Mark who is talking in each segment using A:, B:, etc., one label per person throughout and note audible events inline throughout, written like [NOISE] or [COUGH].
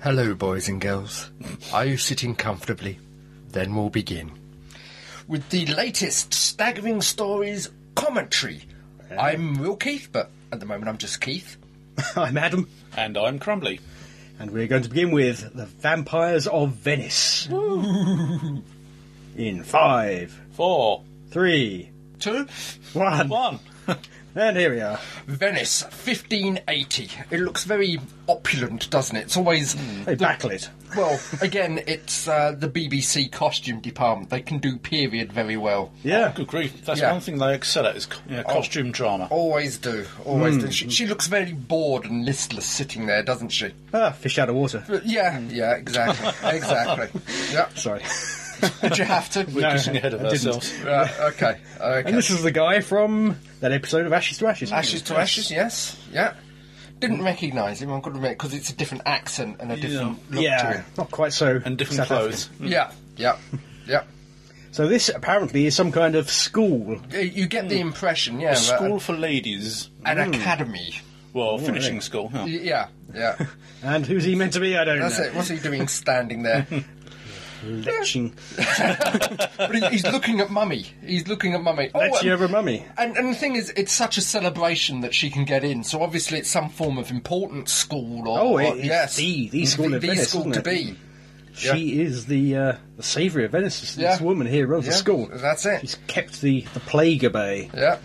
A: Hello, boys and girls. Are you sitting comfortably? Then we'll begin. With the latest staggering stories commentary. I'm Will Keith, but at the moment I'm just Keith.
B: I'm Adam,
C: And I'm Crumbly.
B: and we're going to begin with The Vampires of Venice. In five,
C: Four.
B: three,
A: Two.
B: one,
C: One.
B: and here we are.
A: Venice, 1580. It looks very opulent, doesn't it? It's always.
B: Hey, backlit.
A: Well, again, it's uh, the BBC costume department. They can do period very well.
B: Yeah.
C: Good grief. That's
A: Yeah.
C: one thing they excel at is co- yeah, costume drama.
A: Always do. Always do. She, she looks very bored and listless sitting there, doesn't she?
B: Ah, fish out of water.
A: But yeah, yeah, exactly. [LAUGHS] exactly. Yeah.
B: Sorry.
A: Did you have to? [LAUGHS]
C: We're getting [LAUGHS] ahead of
B: I didn't.
C: ourselves.
A: Right, okay. Okay.
B: and this is the guy from that episode of Ashes to Ashes.
A: Ashes to Ashes, yes. Yeah. Didn't recognise him, I've got to admit, because it's a different accent and a different look to
B: Yeah, Mm.
A: him.
B: not quite so.
C: And different
B: South
C: clothes.
A: Yeah, yeah, yeah.
B: African. So this apparently is some kind of school.
A: Uh, You get the impression, yeah.
C: A
A: that
C: school for ladies.
A: An,
B: Mm.
A: an academy.
C: Well, finishing school. huh?
A: Y- Yeah, yeah.
B: And who's he meant to be? I don't
A: That's
B: know.
A: it. What's he doing standing there?
B: Leching.
C: Oh,
A: but he, he's looking at mummy. He's looking at mummy. Oh,
B: Leching
A: um,
B: over mummy.
A: And, and the thing is, it's such a celebration that she can get in. So obviously, it's some form of important school. Or,
B: Oh,
A: or-
B: it is
A: yes, Mm-hmm.
B: the- the school
A: the,
B: of Venice,
A: school
B: isn't
A: to
B: it?
A: be.
B: She is the uh, the saviour of Venice. This, this
A: Yeah.
B: woman here runs
A: Yeah,
B: the school.
A: that's it.
B: She's kept the, the plague away.
A: Yeah,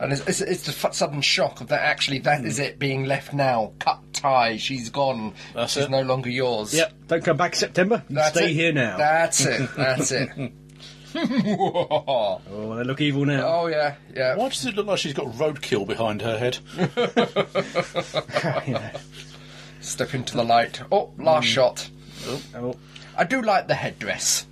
A: and it's, it's, it's the f- sudden shock of that. Actually, that is
B: Mm.
A: it being left now. Cut tie. She's gone.
C: That's
A: she's
C: it.
A: no longer yours.
B: Yep. Don't come back September. You
A: That's
B: stay
A: it.
B: here now.
A: That's
B: [LAUGHS]
A: it. That's it. [LAUGHS] oh
B: Oh, they look evil now.
A: yeah, yeah.
C: Why does it look like she's got roadkill behind her head?
A: Oh.
B: [LAUGHS] You know.
A: Step into the light. Oh, last
B: Mm.
A: shot.
B: Oh,
A: I do like the headdress.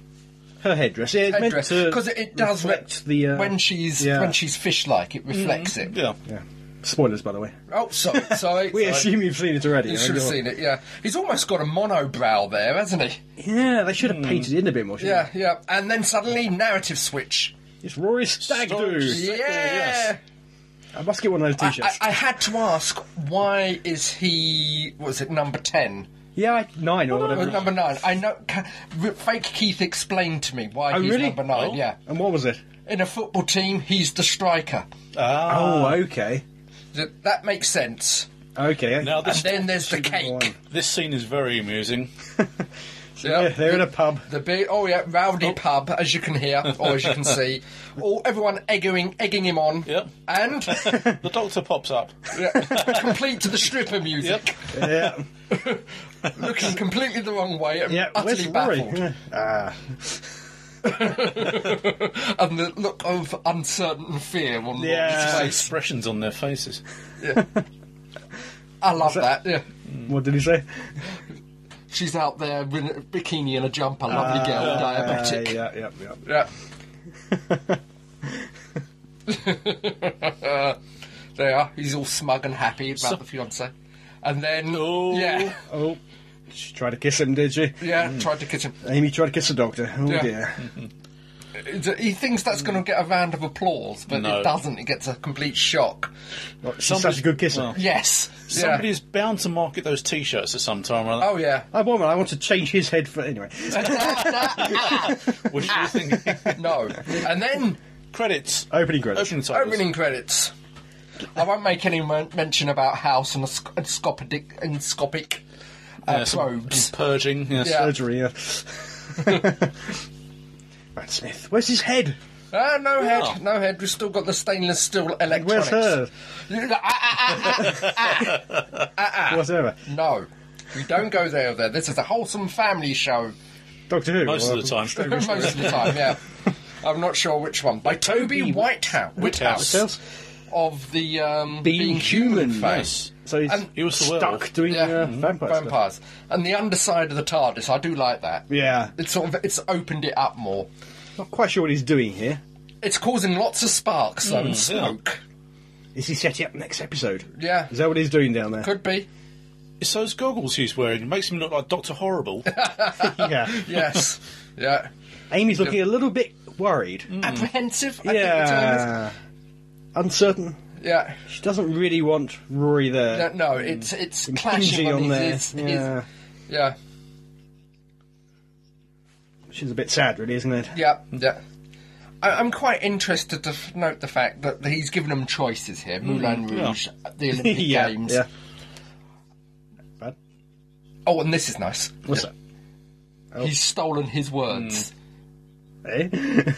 B: Her headdress. Yeah, it's meant
A: Headdress
B: to
A: because it, it does
B: reflect
A: re-
B: the uh,
A: when she's
B: yeah.
A: when she's fish-like. It reflects it.
C: Yeah.
B: Yeah. Spoilers, by the way.
A: Oh, sorry,
B: [LAUGHS]
A: sorry.
B: We
A: sorry.
B: assume you've seen it already. Oh,
A: You
B: I
A: should have
B: know.
A: seen it. Yeah, he's almost got a monobrow there, hasn't he?
B: Yeah, they should have painted it in a bit more. shouldn't
A: Hmm. Yeah, yeah. And then suddenly, narrative switch.
B: they? It's Rory Stag
C: Story.
B: do.
A: Yeah.
C: yes.
B: I must get one of those
A: I,
B: t-shirts.
A: I- I had to ask, why is he? What was it number ten?
B: yeah, I, nine or whatever.
A: Or number nine? I know. ca- r- Fake Keith explained to me why
B: Oh,
A: he's
B: really?
A: number nine.
C: Oh.
A: Yeah,
B: And what was it?
A: in a football team, he's the striker. Uh,
C: Ah.
B: Oh, okay,
A: Th- That makes sense.
B: okay.
C: Now
A: And
C: this
A: then there's the
B: Number
A: cake.
B: one.
C: this scene is very
A: [LAUGHS]
C: amusing.
B: Yeah,
A: Yeah,
B: they're in a pub.
A: The big, oh yeah, rowdy pub, as you can hear or as you can see, all everyone egging, egging him on,
C: Yep.
A: and
C: the doctor pops up.
A: yeah, complete to the stripper [LAUGHS] music,
C: Yep.
B: Yeah,
A: looking completely the wrong way, and
B: yeah.
A: utterly
B: Where's Rory?
A: baffled,
B: Yeah. Ah,
A: [LAUGHS] and the look of uncertain fear on
B: Yeah.
A: his face.
C: Expressions on their faces.
A: I love that. Yeah.
B: what did he say?
A: She's out there in a bikini and a jumper, lovely girl,
B: Uh,
A: diabetic.
B: yeah, yeah,
A: [LAUGHS] Yeah.
B: yeah.
A: there you are. He's all smug and happy about the fiance. And then,
C: Oh.
A: yeah,
B: Oh, she tried to kiss him, did she?
A: yeah, tried to kiss him.
B: Amy tried to kiss the doctor. Oh
A: Yeah.
B: dear.
C: Mm.
A: It's- He thinks that's going to get a round of applause, but
C: No.
A: it doesn't. It gets a complete shock.
B: Well, she's
C: Somebody-
B: such a good kisser.
C: well.
A: Yes. Yeah.
C: Somebody is bound to market those T-shirts at some time or other.
A: Oh, yeah.
B: I want one. I want to change his head for anyway.
C: Uh, What
A: [LAUGHS]
C: do you think?
A: No. And then
C: Credits.
B: Opening credits. [LAUGHS]
C: Opening titles.
A: Opening credits. I won't make any men- mention about house and sc- and scopidic and scopic uh,
C: Yeah, some-
A: probes.
C: and purging. Yes.
A: Yeah.
B: Surgery. Yeah. [LAUGHS] Matt Smith. Where's his head?
A: Ah, no head, no head. We've still got the stainless steel
B: Where's
A: electronics.
B: her?
A: You- ah, ah, ah, ah.
C: Ah.
B: Whatever.
A: no, we don't go there. There. This is a wholesome family show
B: Doctor Who.
C: Most
B: Well,
C: of the time.
A: most of the time. Yeah, I'm not sure which one. By Toby,
B: Toby
A: Whitehouse, Whitehouse,
B: Whitehouse.
A: of the um,
B: Being Human,
C: Yes.
B: So he's
A: And-
C: He was the Mm-hmm.
B: stuck
C: werewolf.
B: doing
A: Yeah,
B: uh, vampire stuff.
A: vampires, and the underside of the TARDIS. I do like that.
B: Yeah.
A: It's sort of it's opened it up more.
B: Not quite sure what he's doing here.
A: It's causing lots of sparks though, and
C: yeah.
A: smoke.
B: Is he setting up next episode?
A: Yeah.
B: Is that what he's doing down there?
A: Could be.
C: It's those goggles he's wearing. It makes him look like
A: [LAUGHS]
C: Doctor Horrible.
B: [LAUGHS] yeah.
C: [LAUGHS]
A: Yes. yeah.
B: Amy's looking a little bit worried.
A: Mm. Apprehensive. I Think
B: Yeah. Uncertain.
A: the term is. Yeah.
B: She doesn't really want Rory there.
A: No, no, it's it's
B: Impinging
A: clashing on,
B: on there.
A: his, his,
B: Yeah.
A: his Yeah.
B: Which is a bit sad, really, isn't it?
A: Yeah, yeah. I, I'm quite interested to f- note the fact that he's given them choices here: Moulin Rouge,
B: [LAUGHS]
A: the Olympic
B: Hmm. yeah.
A: Games.
B: Yeah. Bad.
A: Oh, and this is nice.
B: What's that? Hmm.
A: He's stolen his words.
B: Eh?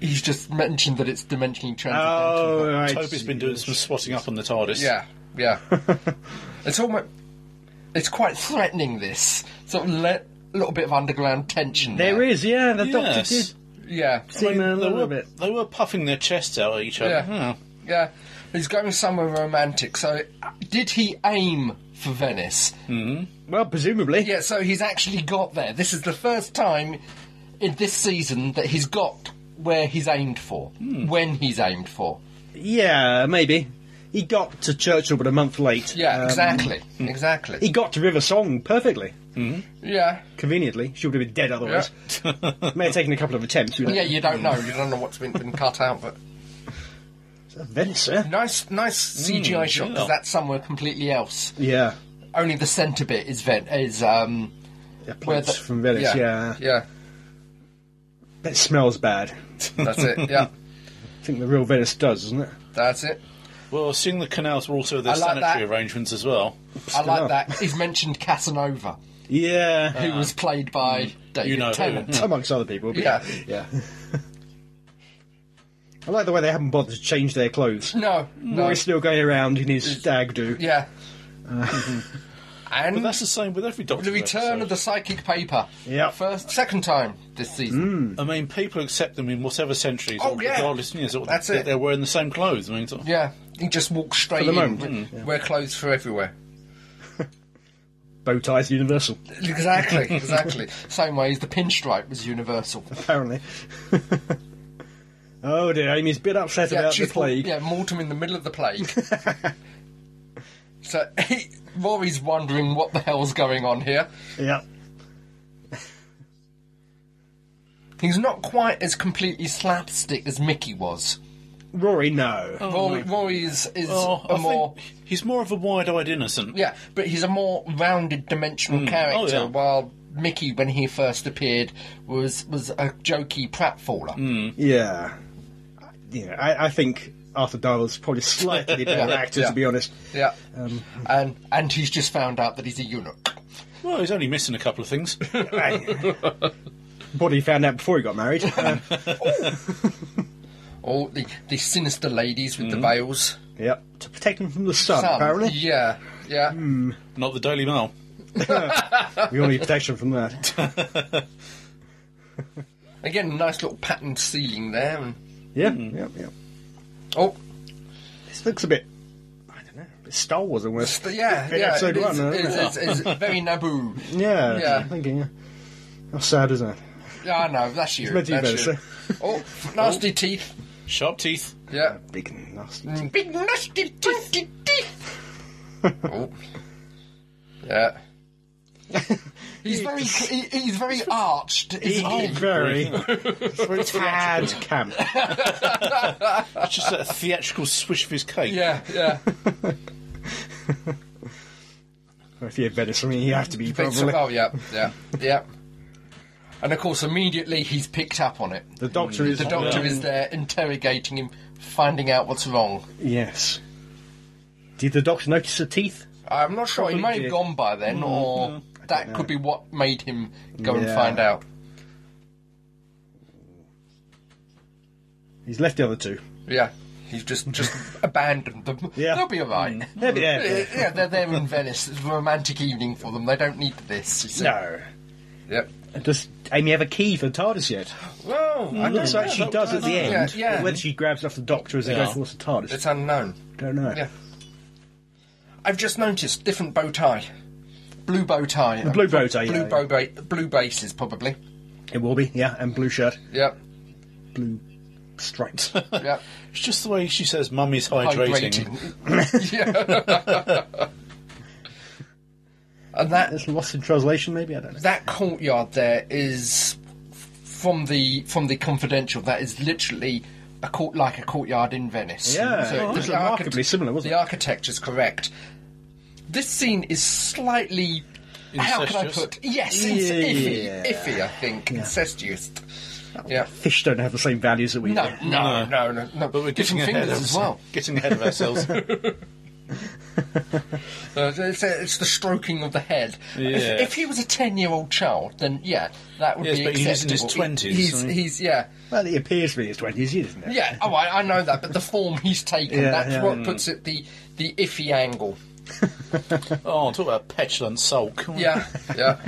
A: He's just mentioned that it's dimensionally [LAUGHS]
B: [LAUGHS]
A: transcendental.
B: Oh, right.
C: Toby's been doing some swatting up on the TARDIS.
A: Yeah, yeah. [LAUGHS] it's almost. It's quite threatening. This sort of le- little bit of underground tension.
B: There is, yeah. The doctor
C: Yes.
B: did
A: Yeah,
B: seem a
C: They
B: little
C: were,
B: bit.
C: they were puffing their chests out at each other.
A: Yeah.
C: Hmm.
A: yeah. He's going somewhere romantic. So, uh, did he aim for Venice?
B: Well, presumably.
A: Yeah, so he's actually got there. This is the first time in this season that he's got where he's aimed for, when he's aimed for.
B: Yeah, maybe. He got to Churchill, but a month late.
A: Yeah,
B: Um,
A: exactly, exactly.
B: He got to River Song perfectly,
A: yeah,
B: conveniently. She would have been dead otherwise. [LAUGHS] May have taken a couple of attempts.
A: yeah. You don't know. You don't know what's been, been cut out, but
B: Venser.
A: nice, nice CGI shot because
C: yeah.
A: that's somewhere completely else.
B: Yeah.
A: Only the centre bit is vent is um
B: Yeah,
A: where
B: plates
A: the,
B: from Venice, yeah.
A: yeah.
B: That smells bad.
A: That's it. Yeah,
B: I think the real Venice does, doesn't it?
A: that's it.
C: Well, seeing the canals were also their
A: I like
C: sanitary
A: that.
C: arrangements as well.
A: I like
B: up.
A: that. He's mentioned Casanova,
B: Yeah.
A: who was played by David
C: know who.
A: Tennant. [LAUGHS]
B: Uh, amongst other people. But
A: Yeah.
B: yeah, yeah. [LAUGHS] I like the way they haven't bothered to change their clothes.
A: No, no,
B: Roy's still going around in his stag do. [LAUGHS]
A: yeah. and
C: But that's the same with every Doctor.
A: The return of the psychic paper.
B: Yep. Mm.
A: First, second time this season.
C: I mean, people accept them in whatever centuries,
A: Oh,
C: or
A: yeah.
C: regardless. You know, sort of
A: That's
C: that
A: it.
C: They're wearing the same clothes. I mean, sort of-
A: Yeah, he just walks straight
B: the
A: in. Mm.
B: moment.
A: Wear clothes for everywhere.
B: Bow ties universal, [LAUGHS]
A: Exactly, exactly. Same way as the pinstripe was universal.
B: apparently. [LAUGHS] oh dear, Amy's a bit upset about the
A: triple-
B: plague.
A: Yeah, Mortem in the middle of the
B: [LAUGHS]
A: plague. so he, Rory's wondering what the hell's going on here.
B: Yeah.
A: He's not quite as completely slapstick as Mickey was.
B: Rory, no.
A: Rory, Rory is, is
C: Oh,
A: a
C: I
A: more.
C: think he's more of a wide-eyed innocent.
A: Yeah, but he's a more rounded dimensional character,
C: yeah.
A: while Mickey, when he first appeared, was was a jokey pratfaller.
B: Yeah. Yeah, I, I think Arthur Darwell's
A: [LAUGHS]
B: probably slightly better actor,
A: yeah.
B: to be honest.
A: Yeah,
B: Um,
A: and and he's just found out that he's a eunuch.
C: Well, he's only missing a couple
A: [LAUGHS]
C: of things.
B: Right. what he found out before he
A: [LAUGHS]
B: got married. Uh,
A: All the, the sinister ladies with the veils.
B: yep. To protect him from the sun,
A: Some-
B: Oh, apparently. Hmm.
A: yeah, yeah.
C: Not the Daily Mail.
B: We all need protection from that.
A: [LAUGHS] Again, nice little patterned ceiling there. And,
B: Yeah,
A: Hmm.
B: yeah, yeah.
A: oh,
B: This looks a bit, I don't know, a bit Star Wars
A: [LAUGHS]
B: almost.
A: but yeah,
B: Bit
A: yeah. it
B: episode
A: is-
B: one,
A: it is-
B: isn't
A: it's, it's very Naboo.
B: [LAUGHS] Yeah,
A: Yeah.
B: I'm thinking, yeah. How sad is that?
A: Yeah, I know. That's you.
B: meant to be
A: that's
B: better,
A: you. Oh, nasty teeth.
C: Sharp teeth.
A: Yeah.
B: eh? Big and nasty.
A: Big nasty teeth. [LAUGHS] oh. Yeah. He's very he, he's very arched.
B: He-
A: isn't he? [LAUGHS]
B: very, very tad camp.
C: It's just a theatrical swish of his cape.
A: Yeah, yeah.
B: If you're Venice, I mean, you have to be
A: Bits of-
B: probably.
A: oh yeah, yeah, yeah. And of course, immediately he's picked up on it.
B: The doctor is
A: Hmm. The doctor is there interrogating him, finding out what's wrong.
B: Yes. Did the doctor notice the teeth?
A: I'm not sure. he
B: Probably
A: may have
B: did. Mm,
A: gone by then, or that could be what made him go and
B: Yeah.
A: find out.
B: He's left the other two.
A: Yeah, he's just
B: [LAUGHS]
A: just abandoned them.
B: Yeah. Mm.
A: They'll be all right.
B: They'll be there.
A: Yeah, yeah, they're there in Venice. It's a romantic evening for them. They don't need this. you see.
B: No.
A: Yep.
B: Does Amy have a key for the TARDIS yet?
A: Well, I
B: Looks
A: don't
B: like
A: know. uh,
B: she does at the end.
A: Yeah, yeah.
B: Whether she grabs off the doctor as they
C: Yeah.
B: go towards the TARDIS,
A: It's unknown.
B: don't know.
A: Yeah. I've just noticed different bow tie. Blue bow tie. The
B: blue bow tie,
A: Blue
B: yeah,
A: bow ba- blue bases probably.
B: It will be, yeah, and blue shirt,
A: Yep.
B: [LAUGHS] blue
A: [LAUGHS]
B: stripes.
A: Yep.
C: It's just the way she says, "Mummy's hydrating."
A: Hydrating. [LAUGHS] yeah.
B: [LAUGHS]
A: and that
B: That's lost in translation, maybe? I don't know.
A: that courtyard there is from the from the confidential. That is literally a court like a courtyard in Venice.
B: Yeah, Oh, it was remarkably similar, wasn't
A: the
B: it?
A: architecture's correct. This scene is slightly How can I
C: Incestuous?
A: put? Yes, it's
B: Yeah.
A: iffy, iffy. I think incestuous. Yeah.
B: Fish don't have the same values that we
A: No,
B: do.
A: no, no, no, no.
C: But we're
A: Different
C: getting ahead
A: fingers
C: of
A: as well.
C: [LAUGHS] Getting ahead
A: [LAUGHS]
C: of ourselves.
A: Uh, it's, it's the stroking of the head.
C: Yeah.
A: If, if he was a ten-year-old child, then yeah, that would
C: Yes,
A: be
C: but
A: acceptable.
C: he's in his
A: He-
C: 20s,
A: He's,
C: I mean-
A: he's yeah,
B: Well, he appears to be in his 20s, isn't it?
A: yeah. Oh, I, I know that, but the form he's
B: Yeah,
A: taken—that's
B: yeah.
A: what puts it the the iffy angle.
B: [LAUGHS]
C: oh, talk about petulant sulk.
A: Yeah, yeah.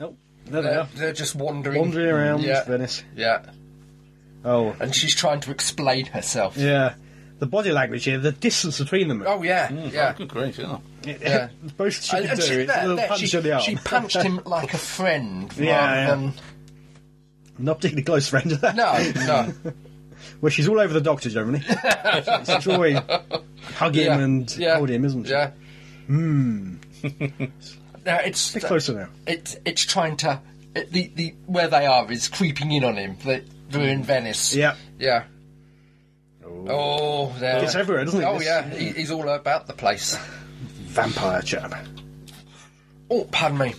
B: Oh, there they
A: They're,
B: are.
A: they're just wandering,
B: Wandering around
A: Uh, Yeah,
B: Venice.
A: yeah.
B: Oh,
A: And she's trying to explain herself.
B: yeah. The body language here, the distance between them.
A: Oh yeah, yeah.
C: Oh, good grief, yeah.
A: yeah.
B: Both she
A: And-
B: Hmm. can
A: and
B: do
A: she,
B: is a
A: there-
B: little
A: there,
B: punch
A: she,
B: on the arm.
A: she punched him like a friend rather
B: Yeah, yeah.
A: than
B: [LAUGHS] Not particularly close friend to that.
A: no, no.
B: [LAUGHS] Well, she's all over the doctor generally.
A: [LAUGHS]
B: she's always hug him
A: yeah,
B: and
A: yeah,
B: hold him, isn't she?
A: Yeah. Hmm. [LAUGHS] now it's
B: Bit closer now.
A: it's it's trying to it, the the where they are is creeping in on him. They, they're in Venice.
B: Yeah.
A: Yeah. Oh, there.
B: It's everywhere, doesn't it?
A: Oh,
B: This-
A: yeah. He, he's all about the place.
B: Vampire chap.
A: Oh, pardon me.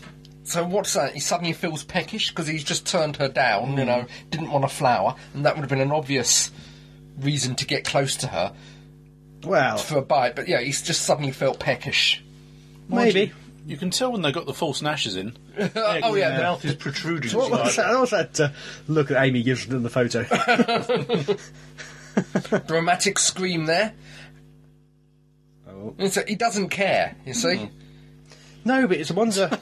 A: So what's that? He suddenly feels peckish because he's just turned her down. You know,
B: Hmm.
A: didn't want a flower, and that would have been an obvious reason to get close to her
B: Well,
A: for a bite. But yeah, he's just suddenly felt peckish.
C: Mind
B: maybe.
C: you, You can tell when they got the false nashes in.
A: [LAUGHS] oh, yeah.
C: The mouth is protruding.
B: What was that, what was that uh, look that Amy gives in
A: [LAUGHS]
B: the photo?
A: Dramatic scream there.
B: Oh.
A: And so he doesn't care. You see.
B: no, but it's a wonder.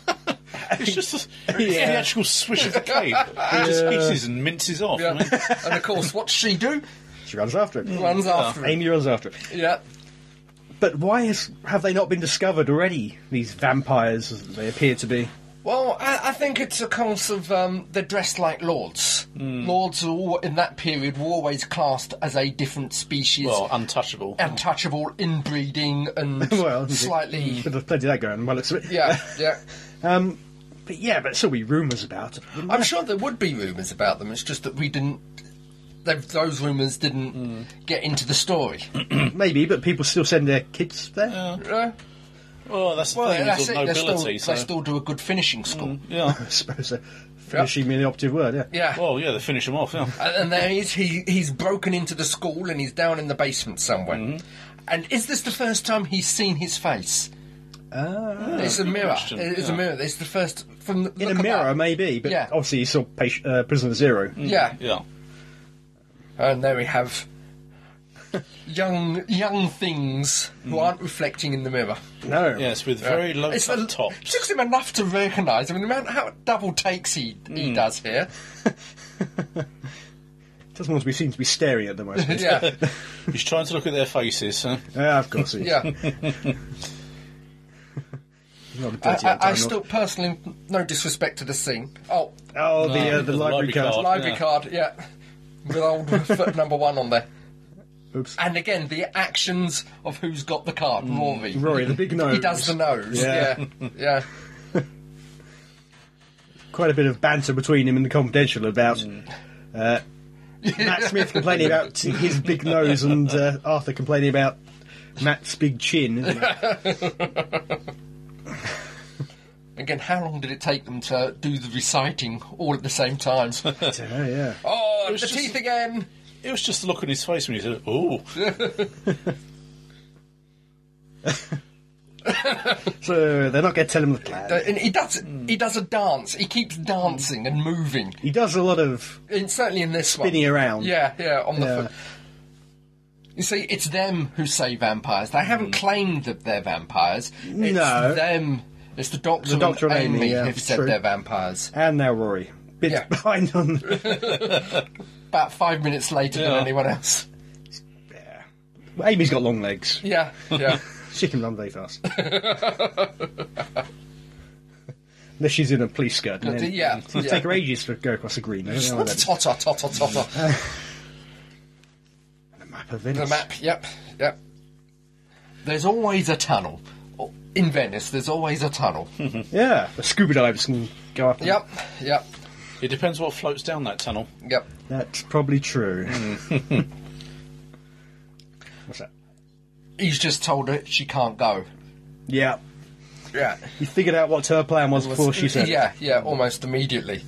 A: [LAUGHS]
C: It's just the, it's the actual swish of the cape. It just hisses and minces off. I
A: Yeah.
C: mean,
A: and of course, what's she do?
B: she runs after him.
A: Runs after him.
B: Amy runs after him.
A: Yeah.
B: But why has, have they not been discovered already? These vampires, as they appear to be. [LAUGHS]
A: Well, I, I think it's a case of um, they're dressed like lords.
C: Hmm.
A: Lords are all, in that period were always classed as a different species,
C: well, untouchable.
A: untouchable, inbreeding,
C: [LAUGHS]
A: and
B: Well,
C: Hmm.
A: slightly.
B: But there's plenty of that going. on by the looks of it. [LAUGHS]
A: Yeah, yeah.
B: Um, but yeah, but still be rumours about it.
A: I'm sure there would be rumours about them. It's just that we didn't. they've- Those rumours didn't
C: Hmm.
A: get into the
C: [CLEARS THROAT]
A: story.
B: Maybe, but people still send their kids there.
A: Uh,
C: Well, Oh, that's the
A: well,
C: thing
A: that's
C: with
A: it.
C: all
A: They still,
C: nobility.
A: they
C: so,
A: still do a good finishing school.
C: yeah.
B: [LAUGHS] I suppose so. Finishing me in the operative word, yeah.
A: Yeah.
C: Well, yeah, they finish them off. Yeah.
A: And Uh, and there he's he, he's broken into the school and he's down in the basement somewhere.
C: Mm-hmm.
A: And is this the first time he's seen his face?
B: Ah.
A: it's a
C: good
A: mirror.
C: question.
A: It's a
C: Yeah.
A: mirror. It's the first from the,
B: in
A: look
B: a
A: at
B: mirror,
A: that.
B: maybe, but
A: Yeah. Mm.
B: obviously you saw patient, uh, Prisoner Zero.
A: Yeah.
C: yeah.
A: And there we
C: [LAUGHS]
A: have young young things who aren't reflecting in the mirror.
B: No.
C: Yes, with Mm. very low
A: It's
C: cut
A: the,
C: top.
A: took him enough to recognise. I mean, the amount how double takes he
C: Mm.
A: he does
C: [LAUGHS]
A: here.
B: Doesn't want to be seen to be staring at them,
A: [LAUGHS]
B: I suppose.
A: Yeah,
C: He's trying to look at their faces. Huh?
B: yeah, of course. He's
A: yeah.
B: not a
A: I,
B: dirty
A: I,
B: old
A: I
B: dinosaur.
A: still personally, no disrespect to the scene. Oh,
B: Oh, the,
C: No,
B: uh, the, library card.
A: Library
C: Yeah.
A: card, yeah. With old foot number one on there.
B: Oops.
A: And again, the actions of who's got the card, Rory.
B: Rory, the big nose.
A: He does the nose.
B: Mm. Yeah.
A: Yeah. Yeah.
B: Quite a bit of banter between him and the confidential about
A: Mm.
B: uh, [LAUGHS] Matt Smith complaining about his big nose and uh, Arthur complaining about Matt's big chin.
A: [LAUGHS]
B: Isn't it?
A: Again, how long did it take them to do the reciting all at the same
B: [LAUGHS]
A: time?
B: yeah, yeah.
A: oh, the
C: was just-
A: teeth again.
C: It was just the look on his face when he said, "Oh,
B: So they're not going to tell him the plan.
A: And he does. He does a dance. He keeps dancing and moving.
B: He does a lot of
A: And certainly in this
B: spinning
A: one.
B: around.
A: Yeah, yeah, on the
B: Yeah.
A: foot. You see, it's them who say vampires. They haven't claimed that they're vampires. It's
B: Hmm. No.
A: them. It's the Doctor,
B: The Doctor
A: and
B: and
A: Amy,
B: Amy, yeah,
A: who've said
B: true.
A: they're vampires.
B: And now Rory. Bit
A: Yeah.
B: behind on the...
A: About five minutes later
C: Yeah.
A: than anyone else. [LAUGHS]
B: Yeah. Well, Amy's got long legs.
A: Yeah, yeah.
B: She can run
A: [LAUGHS]
B: very fast. Unless she's in a police skirt. And then
A: yeah,
B: It'll
A: yeah.
B: take her ages to go across the green. I don't know why that is.
A: totter, totter, totter.
B: The map of
A: the
B: Venice.
A: map, yep, yep. There's always a tunnel. Oh, In Venice, there's always a
B: [LAUGHS]
A: tunnel.
B: Yeah. The scuba divers can go up. and-
A: yep, yep,
C: it depends what floats down that tunnel."
A: yep.
B: That's probably true.
A: Hmm.
B: [LAUGHS] What's that?
A: He's just told her she can't go.
B: Yeah.
A: Yeah.
B: You figured out what her plan was before she said
A: [LAUGHS]
B: it.
A: Yeah, yeah, almost
B: [LAUGHS]
A: immediately.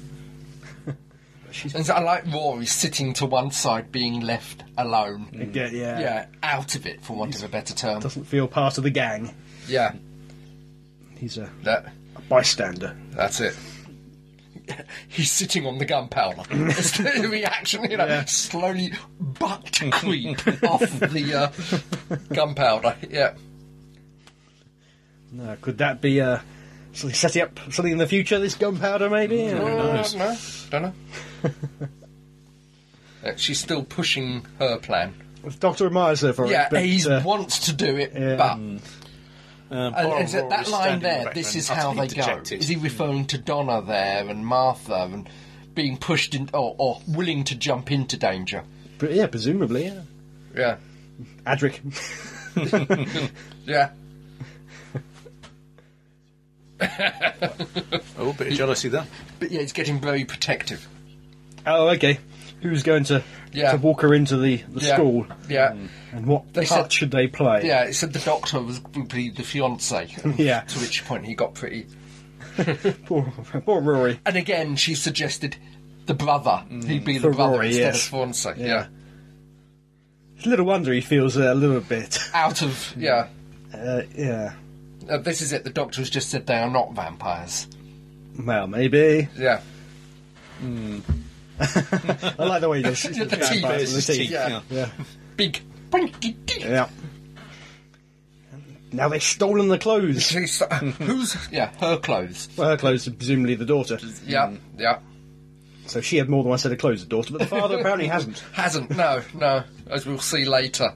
A: and so I like Rory sitting to one side, being left alone.
B: Yeah, yeah.
A: Yeah, out of it, for want of a better term.
B: Doesn't feel part of the gang.
A: Yeah,
B: He's a,
A: that,
B: a bystander.
A: that's it. [LAUGHS] He's sitting on the gunpowder. [LAUGHS] It's the reaction, you know,
B: Yeah.
A: slowly
B: [LAUGHS]
A: butt creep off the uh, gunpowder. Yeah.
B: No, could that be uh, something setting up something in the future? This gunpowder, maybe.
A: Uh,
B: Uh,
A: No, don't know.
B: [LAUGHS]
A: Uh, She's still pushing her plan.
B: the Doctor admires her for
A: Yeah,
B: it. but,
A: he
B: uh,
A: wants to do it,
B: yeah.
A: but
C: Um,
A: and
C: Bora
A: is it
C: Bora
A: that
C: is
A: line
C: standing in the
A: there? This
C: background,
A: is how they
C: utterly
A: go.
C: dejected.
A: Is he referring to Donna there and Martha and being pushed in or, or willing to jump into danger?
B: pre- yeah, presumably. Yeah.
A: Yeah,
B: Adric.
A: yeah.
C: Oh, bit of jealousy [LAUGHS] there.
A: But yeah, he's getting very protective.
B: oh, okay. Who's going to
A: Yeah.
B: to walk her into the, the
A: Yeah.
B: school?
A: Yeah,
B: And what
A: They
B: part
A: said-
B: should they play?
A: yeah. It said the doctor was would be the fiance.
B: [LAUGHS] Yeah.
A: To which point he got pretty.
B: Poor, poor Rory.
A: And again, she suggested the brother. He'd be the
B: For
A: brother
B: Rory,
A: instead
B: yes.
A: of fiance. Mm. Yeah.
B: It's little wonder he feels uh, a little bit.
A: Out of yeah.
B: Uh, yeah.
A: Uh, this is it. The doctor has just said they are not vampires.
B: Well, maybe.
A: Yeah.
B: I like the way he [LAUGHS] goes.
A: The teeth.
B: vampires
A: Bears
B: and the
A: his
B: teeth.
A: teeth, yeah.
B: Yeah.
A: Big.
B: Yeah. Now they've stolen the [LAUGHS] clothes.
A: She's,
B: Mm-hmm.
A: who's yeah her clothes?
B: Well, her clothes are presumably the daughter.
A: Yeah, yeah.
B: So she had more than one set of clothes, the daughter, but the father apparently hasn't.
A: [LAUGHS] Hasn't no, no. As we'll see
B: [LAUGHS]
A: later.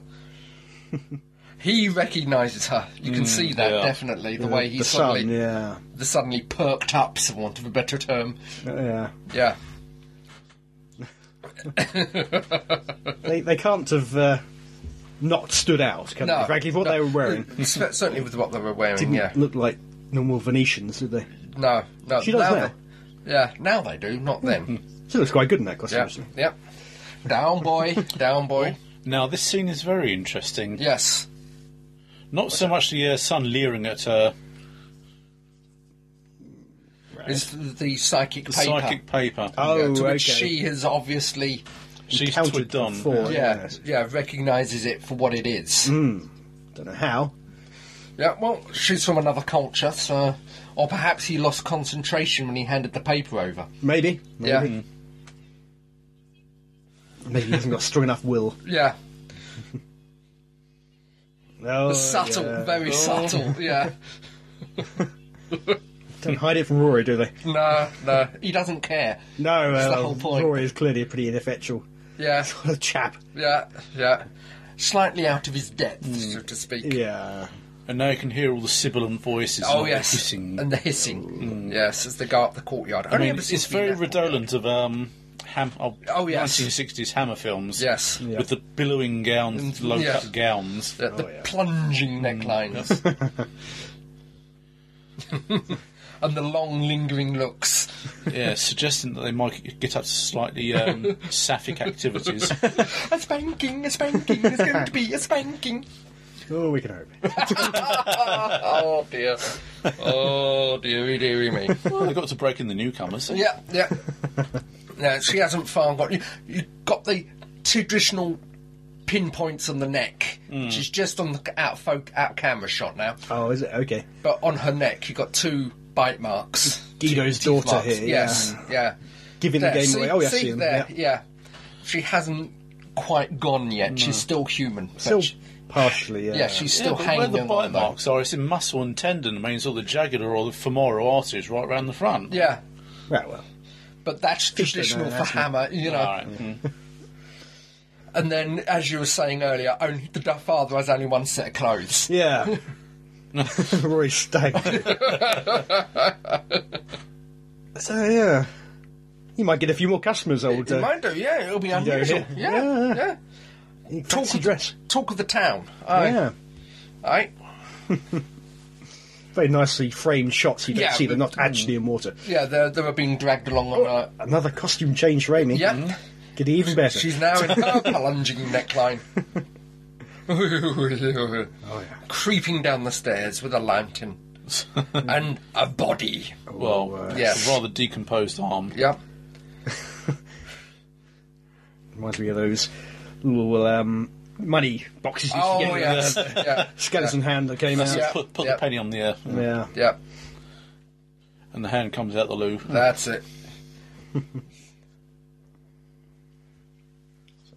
A: He recognises her. You can see that
C: yeah.
A: definitely. The way he
B: Mm, the
A: suddenly,
B: son, yeah.
A: the suddenly perked up, for want of a better term.
B: Yeah.
A: Yeah,
B: They, they can't have uh, not stood out, can
A: no.
B: they? Frankly, what
A: no.
B: they were wearing
A: [LAUGHS] Cer- certainly with what they were wearing.
B: didn't
A: yeah,
B: look like normal Venetians, did they?
A: no, no.
B: She does now. Hmm,
A: They, yeah, now they do, not then.
B: She looks quite good in that costume,
A: Yeah,
B: actually.
A: yeah. Down boy, down boy.
B: [LAUGHS]
C: Now, this scene is very interesting.
A: Yes.
C: Not so much the uh, son leering at her
A: Is the psychic
C: the
A: paper
C: psychic paper.
B: Oh,
A: yeah, to
B: okay.
A: which she has obviously
C: She's
B: counted
C: twigged on.
B: before.
A: yeah,
B: Yes. Mm.
A: yeah, recognises it for what it is.
B: Don't know how.
A: Yeah, well, she's from another culture, so. Or perhaps he lost concentration when he handed the paper over.
B: Maybe. Maybe.
A: Yeah.
B: Maybe he hasn't got strong enough will.
A: Yeah.
B: Oh,
A: subtle,
B: yeah.
A: very subtle,
B: [LAUGHS]
A: yeah.
B: Don't hide it from Rory, do they?
A: No, no. He doesn't care.
B: No,
A: That's the
B: uh,
A: whole point.
B: Rory is clearly a pretty ineffectual [LAUGHS]
A: Yeah,
B: sort of chap.
A: yeah, yeah. Slightly out of his depth, so to speak.
B: Mm. Yeah.
C: And now you can hear all the sibilant voices.
A: Oh,
C: and the
A: yes.
C: hissing.
A: And the
B: Oh.
A: hissing. Yes, as they go up the courtyard.
C: I mean, it's very redolent of um, ham, of
A: Oh, yes.
C: 1960s Hammer films.
A: Yes.
B: Yeah.
C: With the billowing gowns, low
A: yeah.
C: cut gowns.
A: The, the
B: Oh, yeah.
A: plunging necklines.
B: [LAUGHS]
A: and the long, lingering looks.
C: yeah, suggesting that they might get up to
A: [LAUGHS]
C: slightly um, sapphic activities.
A: A spanking, a spanking, there's going to be a spanking.
B: Oh, we can hope.
A: [LAUGHS] Oh dear. Oh dearie, dearie me.
C: well, they got to break in the newcomers.
A: Yeah, yeah. No, she hasn't far got you. You got the traditional pinpoints on the neck.
B: Hmm.
A: She's just on the out folk out camera shot now,
B: oh, is it? Okay.
A: but on her neck you got two bite marks.
B: Guido's
A: Teeth
B: daughter
A: marks.
B: here.
A: Yes,
B: Yeah.
A: yeah.
B: Giving the
A: There,
B: game
A: see-
B: away. Oh, yeah,
A: see
B: see him.
A: there,
B: Yeah.
A: yeah. She hasn't quite gone yet. She's still human. but
B: Still
A: she-
B: partially, yeah.
A: yeah, she's
C: Yeah,
A: still
C: but
A: hanging
C: where the
A: on
C: bite
A: though.
C: marks are, it's in muscle and tendon. I mean, it's all the jugular or the femoral arteries right round the front.
A: Yeah,
B: Right, well.
A: but that's
B: Just don't
A: traditional
B: know,
A: for
B: that's not-
A: Hammer, you know.
C: All right. Mm.
A: And then, as you were saying earlier, only the father has only one set of clothes.
B: Yeah.
A: [LAUGHS]
B: [LAUGHS] Rory staggered. so, yeah. He might get a few more customers, old.
A: You
B: Uh,
A: might do, yeah. It'll be unusual.
B: here.
A: Yeah, yeah.
B: Yeah. fancy
A: Talk,
B: dress.
A: talk of the town. Aye.
B: Yeah.
A: Aye.
B: Very nicely framed shots. You don't
A: Yeah,
B: see them
A: but-
B: not actually in water.
A: Yeah, they they were being dragged along on a.
B: Another costume change for Amy.
A: Yep.
B: Get even better.
A: She's now in
B: [LAUGHS]
A: her plunging neckline. [LAUGHS]
B: Oh, [LAUGHS]
A: Creeping down the stairs with a lantern. and a body.
C: [LAUGHS] well,
A: Mm-hmm. Oh, uh, Yes.
C: it's a rather decomposed arm.
A: Yep.
B: Reminds me of those little um, money boxes. you used to
A: Oh
B: get with
A: yes.
B: [LAUGHS] the
A: yeah.
B: skeleton hand that came out.
A: Yeah.
C: Put, put
A: Yeah.
C: the penny on the air,
B: Yeah.
A: Yeah.
C: and the hand comes out the loo.
A: That's it.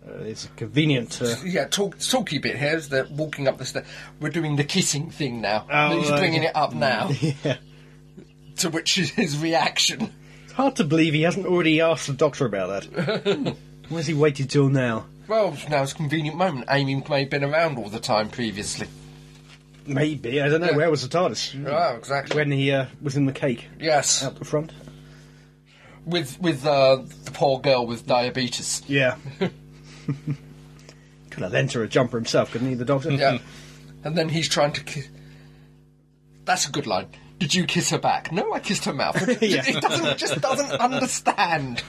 B: Uh, it's convenient.
A: [LAUGHS]
B: Uh,
A: Yeah, talk, talky bit here is that walking up the stairs. We're doing the kissing thing now.
B: Oh,
A: He's
B: right.
A: bringing it up
B: [LAUGHS]
A: now,
B: yeah.
A: to which is his reaction.
B: It's hard to believe he hasn't already asked the doctor about that. [LAUGHS] Why has he waited till now?
A: Well, now's a convenient moment. Amy may have been around all the time previously.
B: Maybe. I don't know.
A: Yeah.
B: Where was the TARDIS?
A: Oh, exactly.
B: Hmm. When Oh. he uh, was in the cake
A: yes,
B: out the front.
A: with with uh, the poor girl with diabetes.
B: [LAUGHS] Yeah. Could have lent her a jumper himself, couldn't he, the doctor?
A: Yeah, and then he's trying to kiss. That's a good line. Did you kiss her back? No, I kissed her mouth.
B: Yeah.
A: He doesn't, just doesn't understand.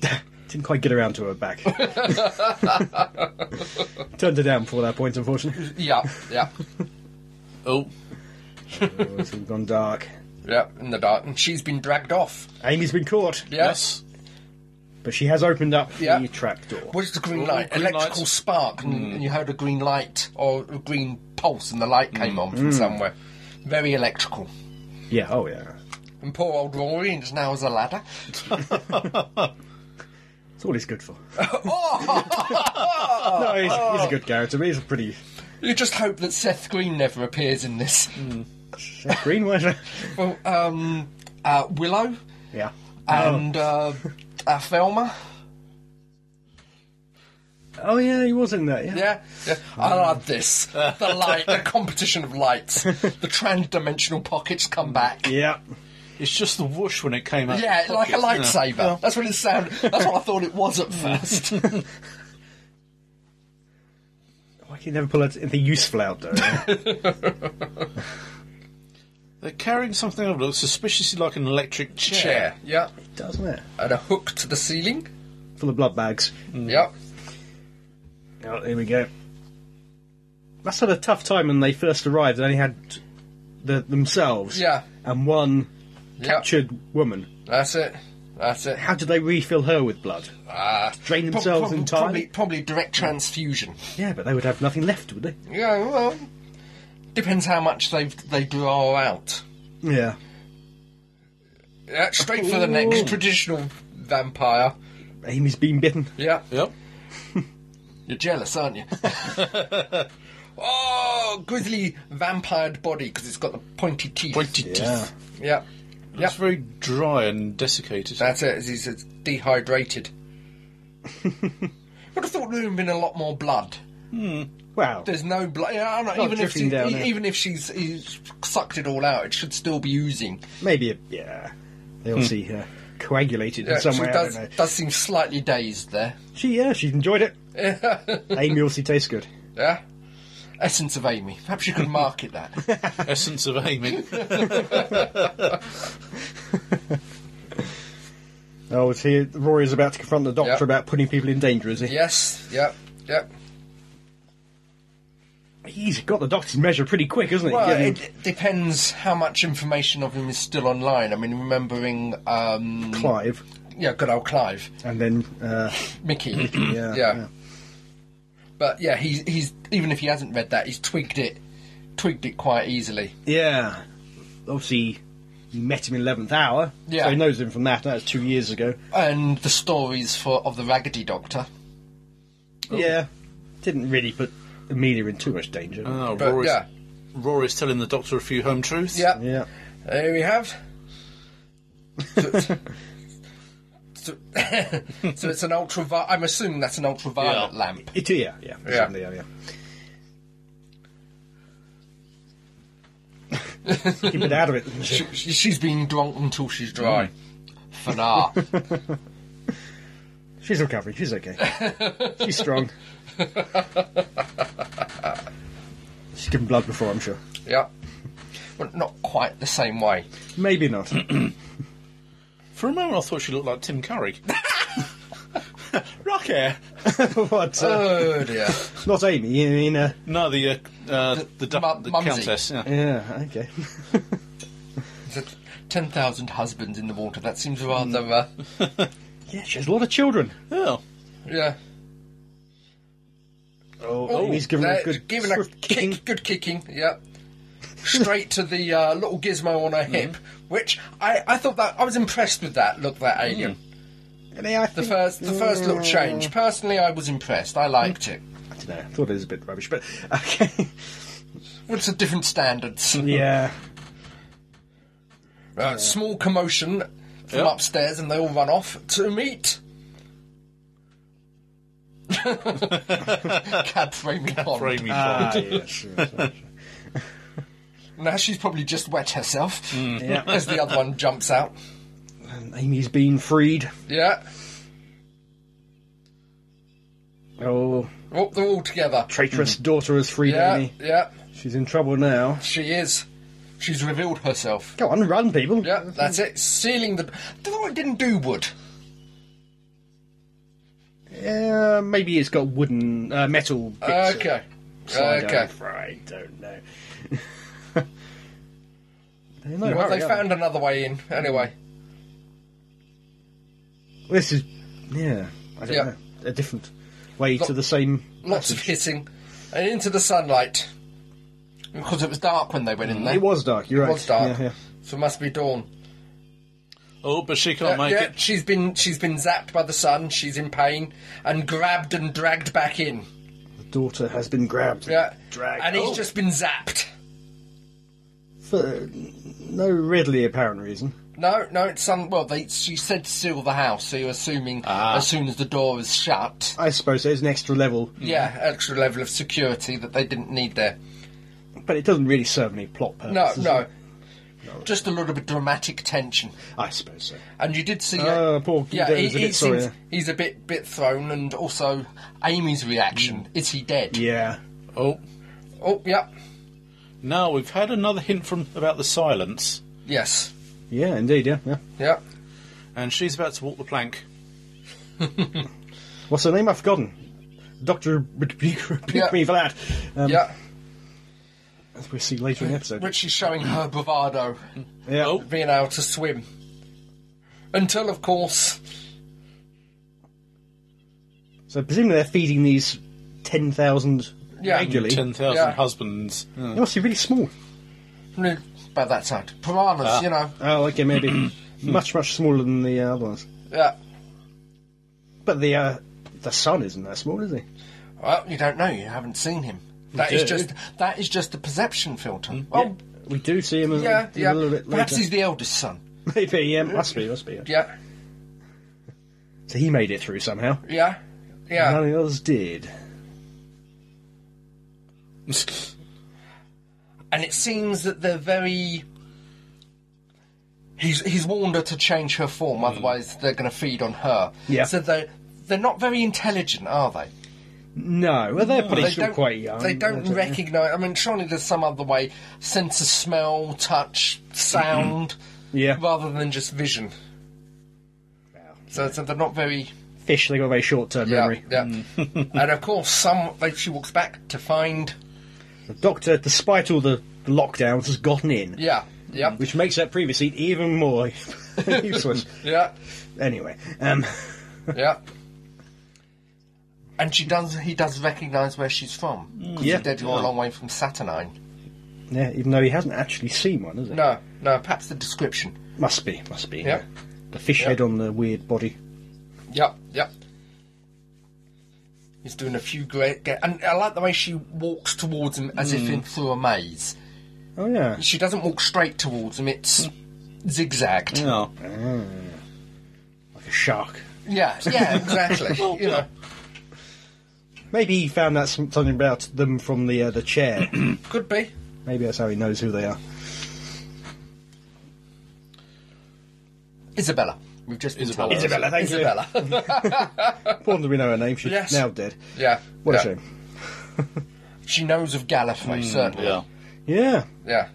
B: [LAUGHS] Didn't quite get around to her [LAUGHS] back. Turned her down before that point, unfortunately.
A: Yeah, yeah,
C: Oh,
B: [LAUGHS] Oh, it's all gone dark.
A: yeah. In the dark, and she's been dragged off.
B: Amy's been caught,
A: Yes.
B: but she has opened up
A: Yeah.
B: the trap door.
A: What is the green
C: Oh,
A: light?
C: green
A: Electrical
C: lights.
A: spark, and, and you heard a green light or a green pulse, and the light came on from somewhere. Very electrical.
B: Yeah, oh yeah.
A: And poor old Rory is now as a ladder.
B: That's all he's good [LAUGHS] for.
A: oh!
B: [LAUGHS] no, he's, he's a good character, but he's a pretty.
A: You just hope that Seth Green never appears in this.
B: Seth Green,
A: [LAUGHS]
B: was it?
A: Well, um, uh, Willow
B: Yeah.
A: and uh, uh, Thelma.
B: Oh, yeah, he was in that, yeah. Oh.
A: Yeah, yeah. I love this. The light, the competition of lights. The trans-dimensional pockets come back.
B: Yeah.
C: it's just the whoosh when it came out.
A: Yeah,
C: of the
A: like a
C: pocket.
A: lightsaber. That's what it sounded. That's what I thought it was at
B: [LAUGHS]
A: first.
B: Why can you never pull out anything useful out, though?
C: They're carrying something that looks suspiciously like an electric chair.
A: Chair. Yeah.
B: Doesn't it?
A: And a hook to the ceiling.
B: Full of blood bags.
A: Yeah.
B: Oh, here we go. Must have had a tough time when they first arrived. They only had the, themselves
A: Yeah.
B: and one
A: Yeah.
B: captured woman.
A: That's it. That's it.
B: How did they refill her with blood?
A: Ah.
B: Drain
A: Prob-
B: themselves
A: prob-
B: entirely?
A: Probably, probably direct transfusion.
B: Yeah, but they would have nothing left, would they?
A: Yeah, well, depends how much they they draw out.
B: Yeah.
A: Yeah, straight for the next traditional vampire.
B: Amy's been bitten.
A: Yeah,
C: Yep.
A: you're jealous, aren't
B: [LAUGHS]
A: you? oh, grizzly vampired body because it's got the pointy teeth.
C: Pointy teeth.
A: Yeah,
C: It's very dry
A: [LAUGHS]
C: and desiccated.
A: that's it. He's he's dehydrated. Would have thought there would have been a lot more blood.
B: Wow.
A: There's no blood. Yeah, I don't know, even
B: Not
A: if
B: drifting
A: she,
B: down, yeah.
A: even if she's, he's sucked it all out, it should still be oozing.
B: Maybe, it, yeah. They obviously uh, coagulated
A: Hmm. Yeah,
B: in some
A: she
B: way. I
A: does,
B: don't know.
A: does seem slightly dazed there.
B: She, yeah, she enjoyed it. Amy obviously tastes good.
A: Yeah. Essence of Amy. Perhaps you
B: [LAUGHS]
A: could market that.
C: Essence of
A: [LAUGHS]
C: Amy.
B: Oh, it's here. Rory's about to confront the doctor
A: Yep.
B: about putting people in danger, is he?
A: yes. Yep. Yep.
B: He's got the doctor's measure pretty quick, isn't he?
A: Well,
B: Given-
A: it depends how much information of him is still online. I mean, remembering, um,
B: Clive,
A: yeah, good old Clive,
B: and then uh,
A: Mickey.
B: yeah, yeah.
A: But yeah, he's he's even if he hasn't read that, he's twigged it, twigged it quite easily.
B: yeah. Obviously, you met him in eleventh hour,
A: Yeah.
B: so he knows him from that. That was two years ago.
A: And the stories for of the Raggedy Doctor.
B: Yeah, didn't really put Amelia in too much danger.
C: Oh,
A: But
C: Rory's,
A: yeah,
C: Rory's telling the doctor a few home truths.
A: yeah.
B: yeah,
A: There we have. So, [LAUGHS] so, so it's an ultraviolet. I'm assuming that's an ultraviolet
C: Yeah.
A: lamp.
B: it, yeah, yeah,
A: Yeah.
B: certainly, yeah. yeah. Keep it out of it.
A: She, she- she's been drunk until she's
C: Mm.
A: dry. For now.
B: She's recovering. She's okay. She's strong. She's given blood before, I'm sure.
A: yeah. Well, not quite the same way.
B: Maybe not. [LAUGHS]
A: [LAUGHS]
C: For a moment, I thought she looked like Tim Curry. Rock hair.
B: what? Uh,
A: Oh dear.
B: not Amy. I mean, uh,
C: No, the uh, uh, the, du-
A: Mum-
C: the
A: Mumsy.
C: countess. Yeah.
B: yeah, okay.
A: It's a- 10,000 husbands in the water. That seems rather.
B: Hmm.
A: Uh,
B: [LAUGHS] yeah, she has a lot of children.
C: Oh,
A: yeah.
B: Oh, Amy's given her
A: They're
B: a good
A: giving a
B: swift
A: kick, good kicking, yeah. Straight to the uh, little gizmo on her hip,
B: Hmm.
A: which I, I thought that I was impressed with that look, that alien.
B: And I
A: The
B: think-
A: first the first little change. Personally, I was impressed. I liked it.
B: I don't know. I thought it was a bit rubbish, but [LAUGHS] okay.
A: What's the different standards?
B: yeah.
A: Uh, small commotion from
C: Yeah.
A: upstairs, and they all run off to
C: [LAUGHS]
A: meet. Cab framing pond.
C: frame
B: [LAUGHS]
C: me
A: Uh,
B: Ah,
C: fine.
B: yes. yes, yes.
A: Now she's probably just wet herself
C: Mm.
B: yeah.
A: [LAUGHS] as the other one jumps out.
B: And Amy's been freed.
A: Yeah.
B: Oh,
A: Oh, they're all together.
B: traitorous daughter has freed
A: Yeah,
B: Amy.
A: yeah.
B: She's in trouble now.
A: She is. She's revealed herself.
B: Go on, run, people.
A: Yeah, that's it. Sealing the. The thought it didn't do wood.
B: Yeah, maybe it's got wooden uh, metal. Bits of
A: Okay.
B: side
A: Okay.
B: over. I don't know. They're in no
A: Well,
B: hurry,
A: they
B: are [LAUGHS] they?
A: found another way in anyway.
B: This is yeah. I don't
A: Yeah.
B: know. A different way
A: Lot-
B: to the same.
A: Lots of hissing, and into the sunlight. Because it was dark when they went in there.
B: It was dark. You're
A: It
B: right.
A: was dark.
B: Yeah, yeah.
A: So it must be dawn.
C: Oh, but she can't
A: Uh,
C: make
A: yeah,
C: it.
A: she's been she's been zapped by the sun. She's in pain and grabbed and dragged back in.
B: The daughter has been grabbed.
A: Yeah,
B: Dragged.
A: and he's
B: Oh.
A: just been zapped.
B: For no readily apparent reason.
A: No, no, it's some. Well, they, she said seal the house, so you're assuming as soon as the door is shut.
B: I suppose there's an extra level,
A: Yeah, extra level of security that they didn't need there.
B: but it doesn't really serve any plot purpose.
A: No,
B: does
A: no.
B: it?
A: Just a little bit dramatic tension,
B: I suppose so.
A: and you did see.
B: Oh, poor kid
A: yeah,
B: there
A: he,
B: was a
A: he
B: bit sorry,
A: seems-
B: yeah.
A: he's a bit bit thrown, and also Amy's reaction: is he dead?
B: Mm. Yeah.
C: Oh,
A: Oh, yeah,
C: now we've had another hint from about the silence,
A: yes,
B: Yeah, indeed. Yeah, yeah.
A: yeah.
C: and she's about to walk the plank.
B: What's her name? I've forgotten. Doctor rebuke, rebuke
A: Yeah.
B: me for that. Um,
A: Yeah,
B: As we see later in the episode.
A: which is showing her bravado,
B: yeah.
C: Oh.
A: being able to swim. Until, of course,
B: So presumably they're feeding these ten thousand
A: Yeah.
B: regularly.
C: Ten thousand
A: Yeah. [LAUGHS]
C: husbands. Yeah.
B: They must be really small.
A: by that side, piranhas, you know.
B: Oh, okay, maybe much much smaller than the uh, other ones.
A: Yeah.
B: But the uh, the son isn't that small, is he?
A: Well, you don't know. You haven't seen him. That is
C: do.
A: just that is just a perception filter. Well,
B: We do see him. in-
A: Oh. yeah,
B: in
A: yeah.
B: Mm. A little bit
A: Perhaps
B: later.
A: he's the eldest son.
B: Maybe, yeah, must be, must be. Yeah.
A: Yeah,
B: So he made it through somehow.
A: yeah, yeah.
B: None of the others did.
A: And it seems that they're very. He's he's warned her to change her form, otherwise they're going to feed on her.
B: Hmm. Yeah.
A: So they they're not very intelligent, are they?
B: No, well, they're probably
A: They
B: still
A: don't-
B: quite young.
A: They don't
B: aren't
A: recognise. I mean, surely there's some other way: sense of smell, touch, sound,
B: Mm-hmm. Yeah.
A: rather than just vision. So, so they're not very
B: Fish, they got a very short term
A: Yeah,
B: memory. Mm.
A: yeah. and of course, some like, she walks back to find.
B: The doctor, despite all the lockdowns, has gotten in.
A: Yeah, yeah,
B: Which makes that previous seat even more [LAUGHS] useless.
A: yeah,
B: anyway, um,
A: yeah. And she does. He does recognise where she's from. 'cause
B: Yeah.
A: he did go a long way from Saturnine.
B: yeah, even though he hasn't actually seen one, has he?
A: No, no. Perhaps the description.
B: Must be, must be.
A: Yeah.
B: The fish head on the weird body.
A: Yep, yep. He's doing a few great, ga- and I like the way she walks towards him as if in through a maze.
B: Oh, yeah.
A: She doesn't walk straight towards him; it's Mm. zigzagged.
C: No.
B: Like a shark.
A: Yeah, [LAUGHS] yeah, exactly. you know.
B: Maybe he found out some, something about them from the uh, the
A: [COUGHS]
B: chair.
A: could be.
B: Maybe that's how he knows who they are.
A: Isabella. We've just been
C: Isabella.
A: told.
B: Isabella, thank you.
A: Isabella.
B: Important that we know her name. She's
A: Yes.
B: now dead.
A: [LAUGHS] yeah.
B: What
A: yeah. Mm.
B: a shame.
A: She knows of Gallifrey, certainly.
C: Yeah.
B: Yeah.
A: Yeah.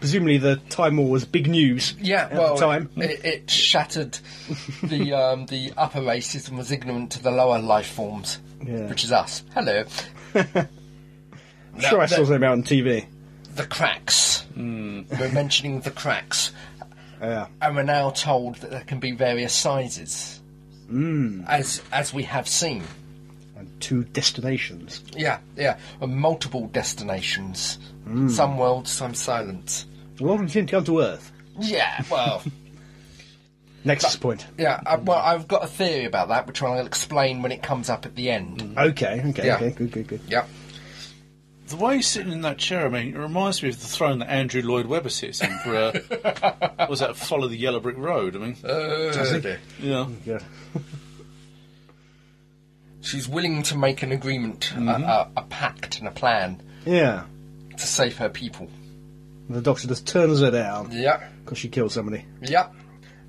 B: presumably the Time War was big news.
A: Yeah,
B: at
A: well,
B: the time.
A: It, it shattered
B: [LAUGHS]
A: the um, the upper races and was ignorant to the lower life forms,
B: Yeah.
A: which is us.
B: [LAUGHS]
A: Hello.
B: I'm sure I saw Hmm. something about it on TV.
A: the cracks. We're mentioning the cracks,
B: Oh, Yeah.
A: and we're now told that there can be various sizes,
B: Hmm.
A: mm. as as we have seen.
B: And two destinations.
A: Yeah, yeah, and multiple destinations.
B: Hmm.
A: Some worlds, some silent.
B: A lot of them seem to come to Earth.
A: Yeah,
B: [LAUGHS]
A: well,
B: Nexus point.
A: yeah. I, well, I've got a theory about that, which I'll explain when it comes up at the end.
B: Hmm. Okay, okay,
A: Yeah.
B: okay, good, good, good.
A: Yeah.
C: The way he's sitting in that chair, I mean, it reminds me of the throne that Andrew Lloyd Webber sits in
A: [LAUGHS]
C: for, uh, what was that Follow the Yellow Brick Road? I mean,
A: Uh,
C: yeah.
B: Yeah.
A: she's willing to make an agreement, a- a, a pact, and a plan
B: Yeah.
A: to save her people.
B: The doctor just turns her down
A: Yeah,
B: because she killed somebody.
A: yeah.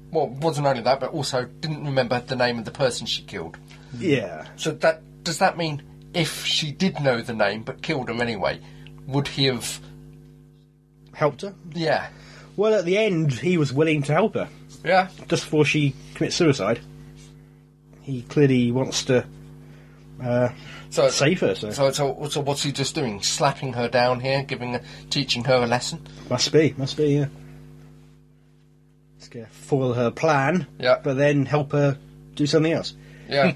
A: Well, wasn't only that, but also didn't remember the name of the person she killed.
B: Yeah.
A: So that does that mean if she did know the name but killed her anyway, would he have?
B: Helped her?
A: Yeah,
B: Well, at the end, he was willing to help her
A: yeah,
B: just before she commits suicide. He clearly wants to uh,
A: So
B: save her, so.
A: So, so, so what's he just doing? Slapping her down here, giving, her, teaching her a lesson.
B: Must be, must be, yeah. It's going to foil her plan,
A: Yeah.
B: but then help her do something else.
A: Yeah.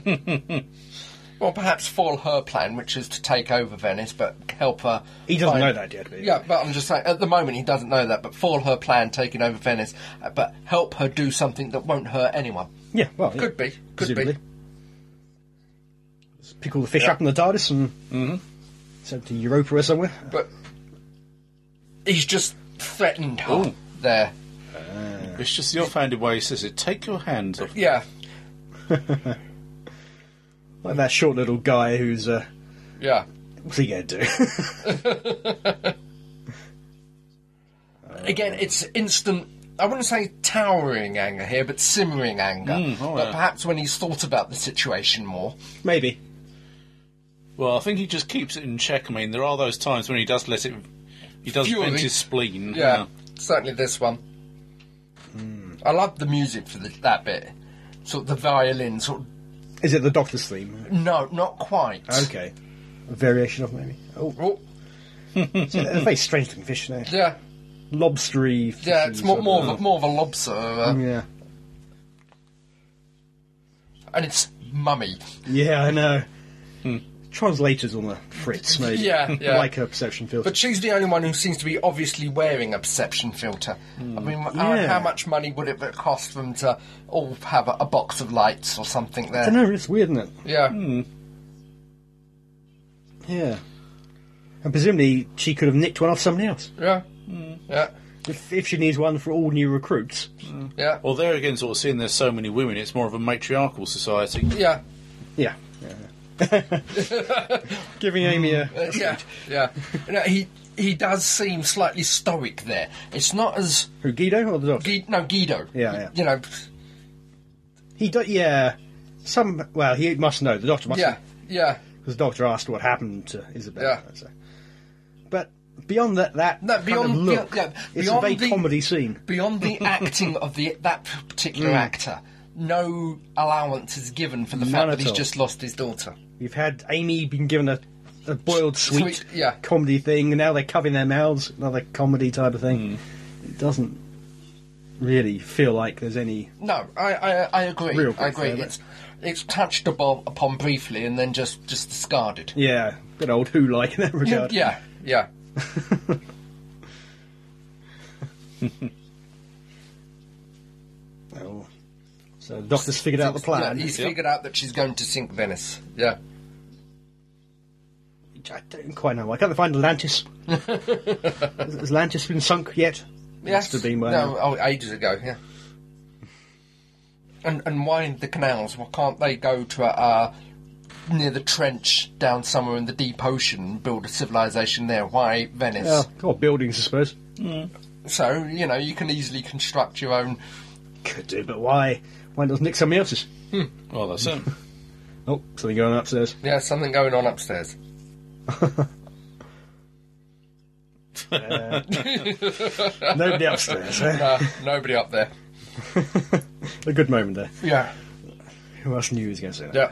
A: [LAUGHS] well, perhaps foil her plan, which is to take over Venice, but help her.
B: He doesn't
A: find-
B: know that yet, but
A: Yeah, but I'm just saying, at the moment he doesn't know that, but foil her plan, taking over Venice, uh, but help her do something that won't hurt anyone.
B: Yeah, well, yeah,
A: Could be, could
B: presumably.
A: be.
B: Just pick all the fish up in the TARDIS and
A: Mm-hmm.
B: send to Europa or somewhere.
A: But he's just threatened her there.
C: It's just the offhanded way he says it. Take your hands off.
A: Yeah,
B: Like that short little guy who's, uh,
A: yeah.
B: what's he going to do? [LAUGHS]
A: Again, it's instant. I wouldn't say towering anger here, but simmering anger.
C: oh,
A: but
C: yeah.
A: perhaps when he's thought about the situation more.
B: Maybe.
C: Well, I think he just keeps it in check. I mean, there are those times when he does let it. He does
A: Fury.
C: vent his spleen.
A: Yeah, certainly this one. I love the music for the, that bit. Sort of the violin, sort of.
B: Is it the Doctor's theme?
A: No, not quite.
B: Okay. A variation of maybe. Oh,
A: Oh,
B: it's a very strange looking fish there.
A: [LAUGHS] yeah,
B: Lobstery fish.
A: yeah, it's more, more, of a, more of a lobster. uh,
B: Yeah.
A: And it's mummy.
B: Yeah, I know. Translators on the
A: [LAUGHS]
B: fritz, maybe.
A: Hmm.
B: [LAUGHS]
A: Yeah, yeah.
B: like her perception filter.
A: But she's the only one who seems to be obviously wearing a perception filter. I mean, how,
B: Mm. Yeah.
A: how much money would it cost them to all have a, a box of lights or something
B: I Mm.
A: there?
B: don't know, it's weird, isn't it?
A: Yeah.
B: Yeah. And presumably she could have nicked one off somebody else.
A: yeah,
B: Mm.
A: yeah,
B: If, if she needs one for all new recruits.
A: yeah,
B: Oh.
C: Well, there again, sort of seeing there's so many women, it's more of a matriarchal society.
A: yeah, Uh, [LAUGHS]
B: Yeah. [LAUGHS] Giving Amy a.
A: yeah, yeah. You know, he he does seem slightly stoic there. It's not as
B: Who, Guido or the dog?
A: Gui- no Guido.
B: Yeah, yeah.
A: You know,
B: he do- yeah. Some. Well, he must know. The doctor must
A: yeah, yeah.
B: Because the doctor asked what happened to Isabel.
A: Yeah.
B: so. But beyond that, that
A: No,
B: kind
A: beyond-
B: of look,
A: beyond- yeah,
B: it's a
A: beyond
B: very
A: the-
B: comedy scene.
A: Beyond
B: [LAUGHS]
A: the acting of the that particular actor, no allowance is given for the
B: Mm.
A: fact
B: None
A: that
B: at
A: he's
B: all.
A: just lost his daughter.
B: You've had Amy been given a, a boiled sweet,
A: Sweet, yeah.
B: comedy thing, and now they're covering their mouths, another comedy type of thing.
A: Hmm.
B: It doesn't really feel like there's any.
A: No, I I, I agree.
B: Real
A: I agree.
B: grief there,
A: It's it's touched abo- upon briefly and then just just discarded.
B: Yeah, bit old Who like in that
A: Yeah,
B: regard.
A: yeah, yeah.
B: Oh. So the doctor's figured out the plan.
A: Yeah, he's
C: Yep.
A: figured out that she's going to sink Venice. Yeah.
B: I don't quite know. I can't find [LAUGHS] Atlantis. has, has Atlantis been sunk yet?
A: Yes.
B: have been by
A: no, oh, ages ago. Yeah. And and why the canals? Why can't they go to a, uh, near the trench down somewhere in the deep ocean and build a civilization there? Why Venice?
B: Yeah, got buildings, I suppose.
A: So you know you can easily construct your own.
B: Could do, but why? Why doesn't Nick somebody else's?
C: Well, that's
A: [LAUGHS]
C: it.
B: Oh, something going on upstairs.
A: Yeah, something going on upstairs.
B: [LAUGHS] Nobody upstairs. Eh?
A: [LAUGHS] Uh, nobody up there.
B: A good moment there.
A: Yeah.
B: Who else knew he was going to say that?
A: Yeah.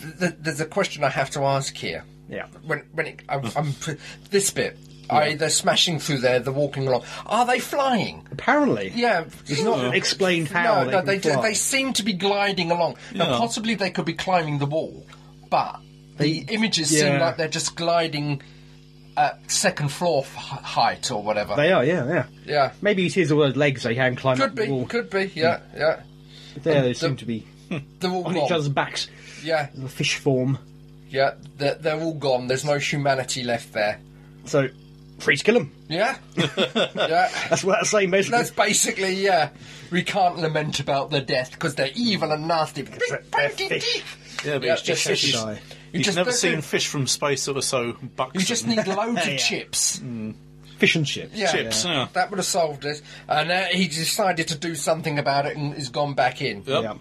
A: Th- th- there's a question I have to ask here.
B: Yeah.
A: When when it, I'm, [LAUGHS] I'm pr- this bit, I they're smashing through there, they're walking along. Are they flying?
B: Apparently,
A: Yeah.
B: it's not explained how
A: no,
B: they
A: no,
B: can
A: they do-
B: fly.
A: they seem to be gliding along. Now,
C: Yeah.
A: possibly they could be climbing the wall, but the images seem
B: yeah.
A: like they're just gliding at second floor f- height or whatever.
B: They are, yeah, yeah.
A: yeah.
B: Maybe it is all those legs they can climb
A: Could
B: up the
A: be,
B: wall. Hmm.
A: could be, yeah, yeah.
B: There they seem to be
A: They're all
B: on
A: gone.
B: each other's backs,
A: Yeah,
B: the fish form.
A: yeah. They're, they're all gone. There's no humanity left there.
B: So, free to kill them. [LAUGHS]
A: Yeah, yeah.
B: That's what that's saying basically.
A: That's basically yeah. We can't lament about their death because they're evil and nasty. Big
B: they're- they're
A: pointy
B: fish.
A: teeth.
C: Yeah, but
A: Yeah,
C: it's just
A: just
C: fish.
A: fish.
B: Die.
A: You
C: You've
A: just
C: never
A: don't
C: seen
A: need-
C: fish from space that were so buxom.
A: You just need loads of
B: [LAUGHS] Yeah.
A: chips.
B: Fish and chips.
A: Yeah.
C: chips. Yeah.
A: That would have solved it. And uh, he decided to do something about it and has gone back in.
C: [LAUGHS] Yep.
B: Yeah.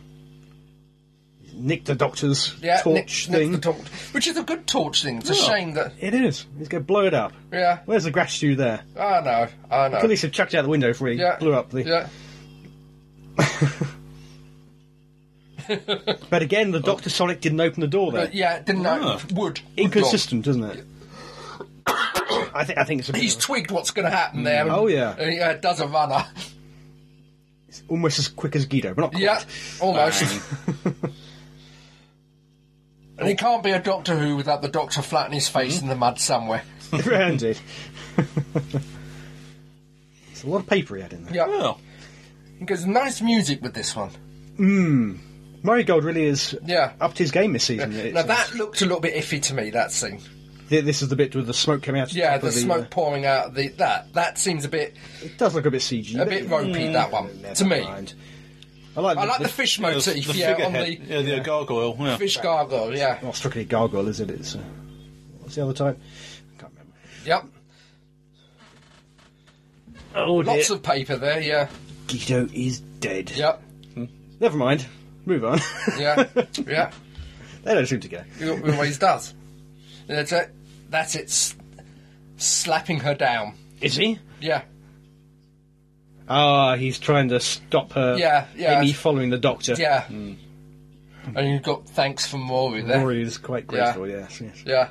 B: Nick the Doctor's
A: Yeah,
B: torch
A: Nick- Nick
B: thing.
A: the torch, which is a good torch thing. It's a shame that.
B: it is. He's going to blow it up.
A: Yeah.
B: Where's the gratitude there?
A: I know. I know.
B: At least he chucked it out the window before he
A: Uh, yeah.
B: blew up the.
A: Yeah.
B: But again, the Doctor Sonic didn't open the door there.
A: But Oh. Uh, yeah, didn't know.
C: Ah.
A: Wood. Wood
B: Inconsistent,
A: [COUGHS]
B: isn't it? I think I think it's a bit
A: He's
B: of
A: twigged what's going to happen there. and-
B: Oh, yeah.
A: and he uh, does a runner.
B: a- almost as quick as Guido, but not
A: [LAUGHS]
B: quite. [LAUGHS]
A: Yeah, almost. [LAUGHS] and he can't be a Doctor Who without the Doctor flattening his face
B: Mm-hmm.
A: in the mud somewhere.
B: Round it. [LAUGHS] it's a lot of paper he had in there.
A: Yeah,
C: Well,
A: he goes nice music with this one.
B: Murray Gold really is
A: Yeah.
B: upped his game this season. It's-
A: Now that looked a little bit iffy to me. That scene.
B: th- this is the bit with the uh, smoke coming out. of
A: Yeah,
B: top
A: the
B: of
A: smoke pouring out. of The that that seems a bit
B: uh, it does look a bit CG,
A: a bit ropey.
B: Mm.
A: That one to me.
B: I like,
A: I
B: [LAUGHS]
A: like the
B: the
A: fish
C: the,
A: motif.
C: the
A: yeah, on
C: figurehead.
A: the
C: yeah, the gargoyle. Yeah.
A: fish gargoyle. Yeah.
B: not strictly gargoyle, is it? It's uh, what's the other type? I can't remember.
A: Yep.
B: Oh
A: Lots of paper there. Yeah.
B: Guido is dead.
A: Yep.
B: Never mind. Move on. [LAUGHS]
A: Yeah. yeah.
B: they don't seem to go.
A: He always does. That's it. That's it. s- Slapping her down.
B: Is he?
A: Yeah.
B: Ah, he's trying to stop her.
A: Yeah, yeah.
B: Amy following the doctor.
A: Yeah. And you've got thanks for Maury there.
B: Rory is quite grateful. Yes, yes.
A: Yeah.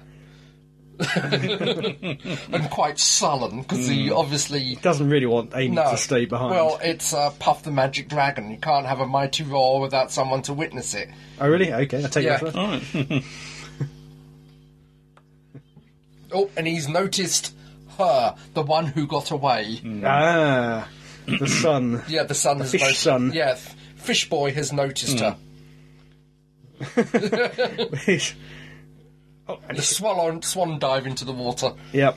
A: [LAUGHS] and quite sullen because he obviously.
B: Doesn't really want Amy
A: No.
B: to stay behind.
A: Well, it's uh, Puff the Magic Dragon. You can't have a mighty roar without someone to witness it.
B: oh, really? Okay, I take
A: Yeah.
B: that first.
C: All right.
A: Oh, and he's noticed her, the one who got away.
B: Ah, the sun. [LAUGHS]
A: Yeah, the son has
B: fish Mm.
A: noticed.
B: son.
A: Yeah, f- Fish Boy has noticed her. The swallow, swan dive into the water.
B: yep.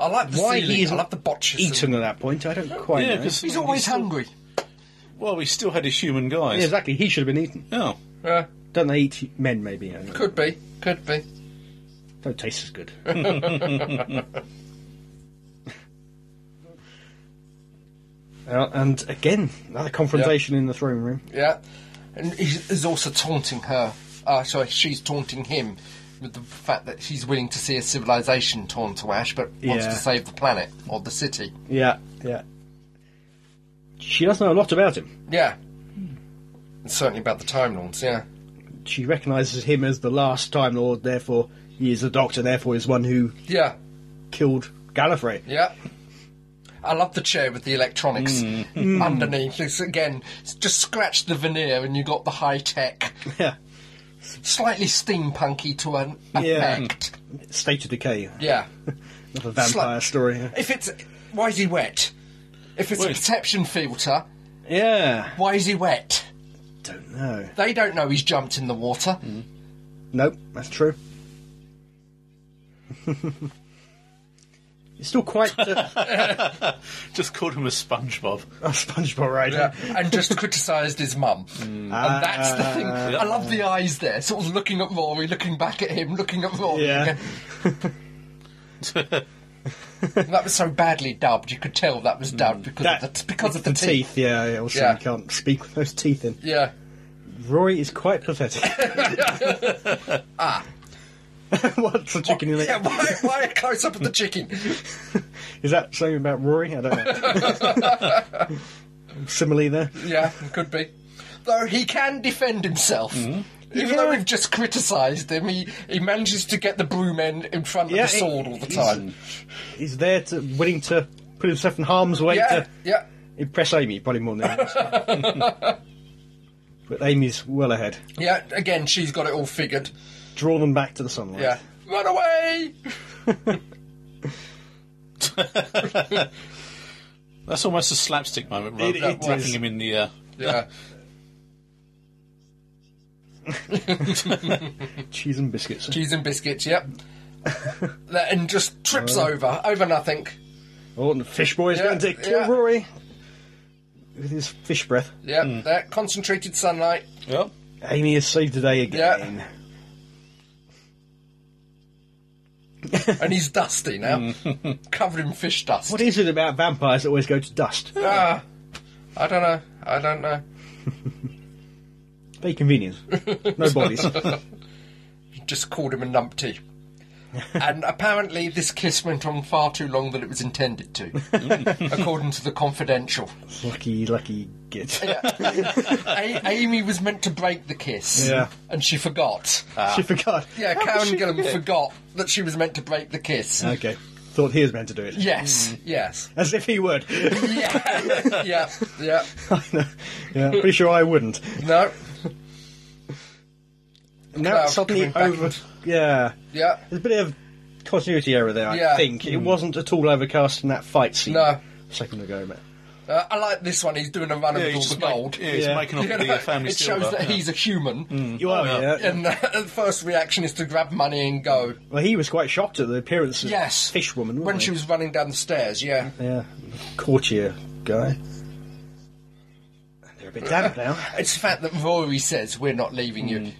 A: I like the
B: Why
A: ceiling.
B: he's
A: I like the botches.
B: Eaten at that point, I don't quite
C: Yeah,
B: know.
C: 'cause-
A: He's always hungry.
C: Well, we still had his human
B: Yeah,
C: guys.
B: exactly. He should have been eaten.
C: Yeah.
A: Yeah,
B: Don't they eat men? Maybe. I don't know.
A: Uh,
B: [LAUGHS]
A: could be, could be.
B: Don't taste as [LAUGHS] good. Uh, and again, another confrontation in the throne room.
A: Yeah, and he's, he's also taunting her. Uh, sorry, she's taunting him with the fact that she's willing to see a civilization torn to ash, but wants
B: Yeah.
A: to save the planet or the city.
B: Yeah, yeah. She does know a lot about him.
A: Yeah, and certainly about the Time Lords. Yeah,
B: She recognises him as the last Time Lord, therefore he is a doctor, therefore is one who
A: yeah,
B: killed Gallifrey.
A: yeah. I love the chair with the electronics
B: Mm.
A: underneath. It's again, it's just scratch the veneer and you got the high tech,
B: Yeah.
A: slightly steampunky to an
B: Yeah. Mm.
A: effect.
B: State of Decay,
A: yeah.
B: not a vampire
A: Slut.
B: story.
A: If it's why is he wet? If it's a
C: Wait.
A: perception filter,
B: Yeah.
A: why is he wet?
B: Don't know.
A: They don't know he's jumped in the water.
B: Nope, that's true. it's still quite
A: [LAUGHS]
B: uh,
C: Just called him a SpongeBob.
B: a Oh, SpongeBob right? Uh,
A: Yeah, [LAUGHS] and just criticised his mum. And that's the thing. I love the eyes there, sort of looking at Rory, looking back at him, looking at Rory.
B: Yeah.
A: again. that was so badly dubbed. You could tell that was dubbed because of the, because of the,
B: teeth.
A: teeth.
B: Yeah, yeah, also
A: Yeah.
B: you can't speak with those teeth in.
A: Yeah. [LAUGHS]
B: [LAUGHS] Roy is quite pathetic. What's the chicken in it?
A: Ah. Yeah, why, why a close up of the chicken?
B: Is that something about Rory? I don't know.
A: [LAUGHS]
B: Simile there.
A: Yeah, could be. Though he can defend himself. Even though we've just criticised him, he, he manages to get the broom end in front of
B: Yeah,
A: the
B: he-
A: sword all the
B: he's-
A: time.
B: He's there to willing to put himself in harm's way
A: Yeah,
B: to
A: yeah.
B: impress Amy, probably more than anything.
A: [LAUGHS]
B: But Amy's well ahead.
A: Yeah, again, she's got it all figured.
B: Draw them back to the sunlight.
A: Yeah. Run away!
C: That's almost a slapstick moment, rather
B: It-
C: than
B: it
C: wrapping
B: is.
C: him in the. Uh,
A: Yeah.
B: Cheese and biscuits.
A: Cheese and biscuits, yep. That- and just trips over, over nothing.
B: Oh, and the fish boy is
A: Yeah,
B: going to kill
A: yeah.
B: Rory with his fish breath.
A: Yep, that concentrated sunlight.
C: well,
B: Amy has saved the day again.
A: And he's dusty now. covered in fish dust.
B: What is it about vampires that always go to dust?
A: Ah, I don't know. I don't know.
B: Very convenient. No
A: [LAUGHS]
B: bodies.
A: Just called him a numpty. and apparently, this kiss went on far too long than it was intended to, according to the confidential.
B: lucky, lucky
A: [LAUGHS]
B: git.
A: A- Amy was meant to break the kiss,
B: Yeah.
A: and she forgot.
B: [LAUGHS] She forgot.
A: Ah. yeah,
B: How could
A: Karen
B: she
A: Gillan
B: forget?
A: forgot that she was meant to break the kiss.
B: Okay. Thought he was meant to do it.
A: Yes,
B: Mm.
A: yes.
B: As if he would. [LAUGHS]
A: Yeah, yeah, yeah.
B: yeah, pretty sure I wouldn't.
A: No,
B: Now
A: Cloud
B: it's suddenly
A: coming back
B: over.
A: into-
B: Yeah.
A: yeah.
B: There's a bit of continuity error there, I
A: Yeah. Hmm.
B: think. It wasn't at all overcast in that fight scene.
A: No.
B: A second ago, man.
A: Uh, I like this one. He's doing a run
C: yeah,
A: with
C: he's
A: all the
C: just
A: gold.
C: Make, yeah, he's
B: Yeah.
A: [LAUGHS]
C: making
A: You
C: up the
A: know,
C: uh, family
A: it shows
C: silver.
A: that he's a human.
B: You are, yeah.
A: And uh, the first reaction is to grab money and go.
B: Well, he was quite shocked at the appearance of
A: Yes.
B: Fish Woman, wasn't
A: When
B: he?
A: she was running down the stairs, yeah.
B: Yeah, courtier guy. They're a bit damp now.
A: It's the fact that Rory says, We're not leaving you.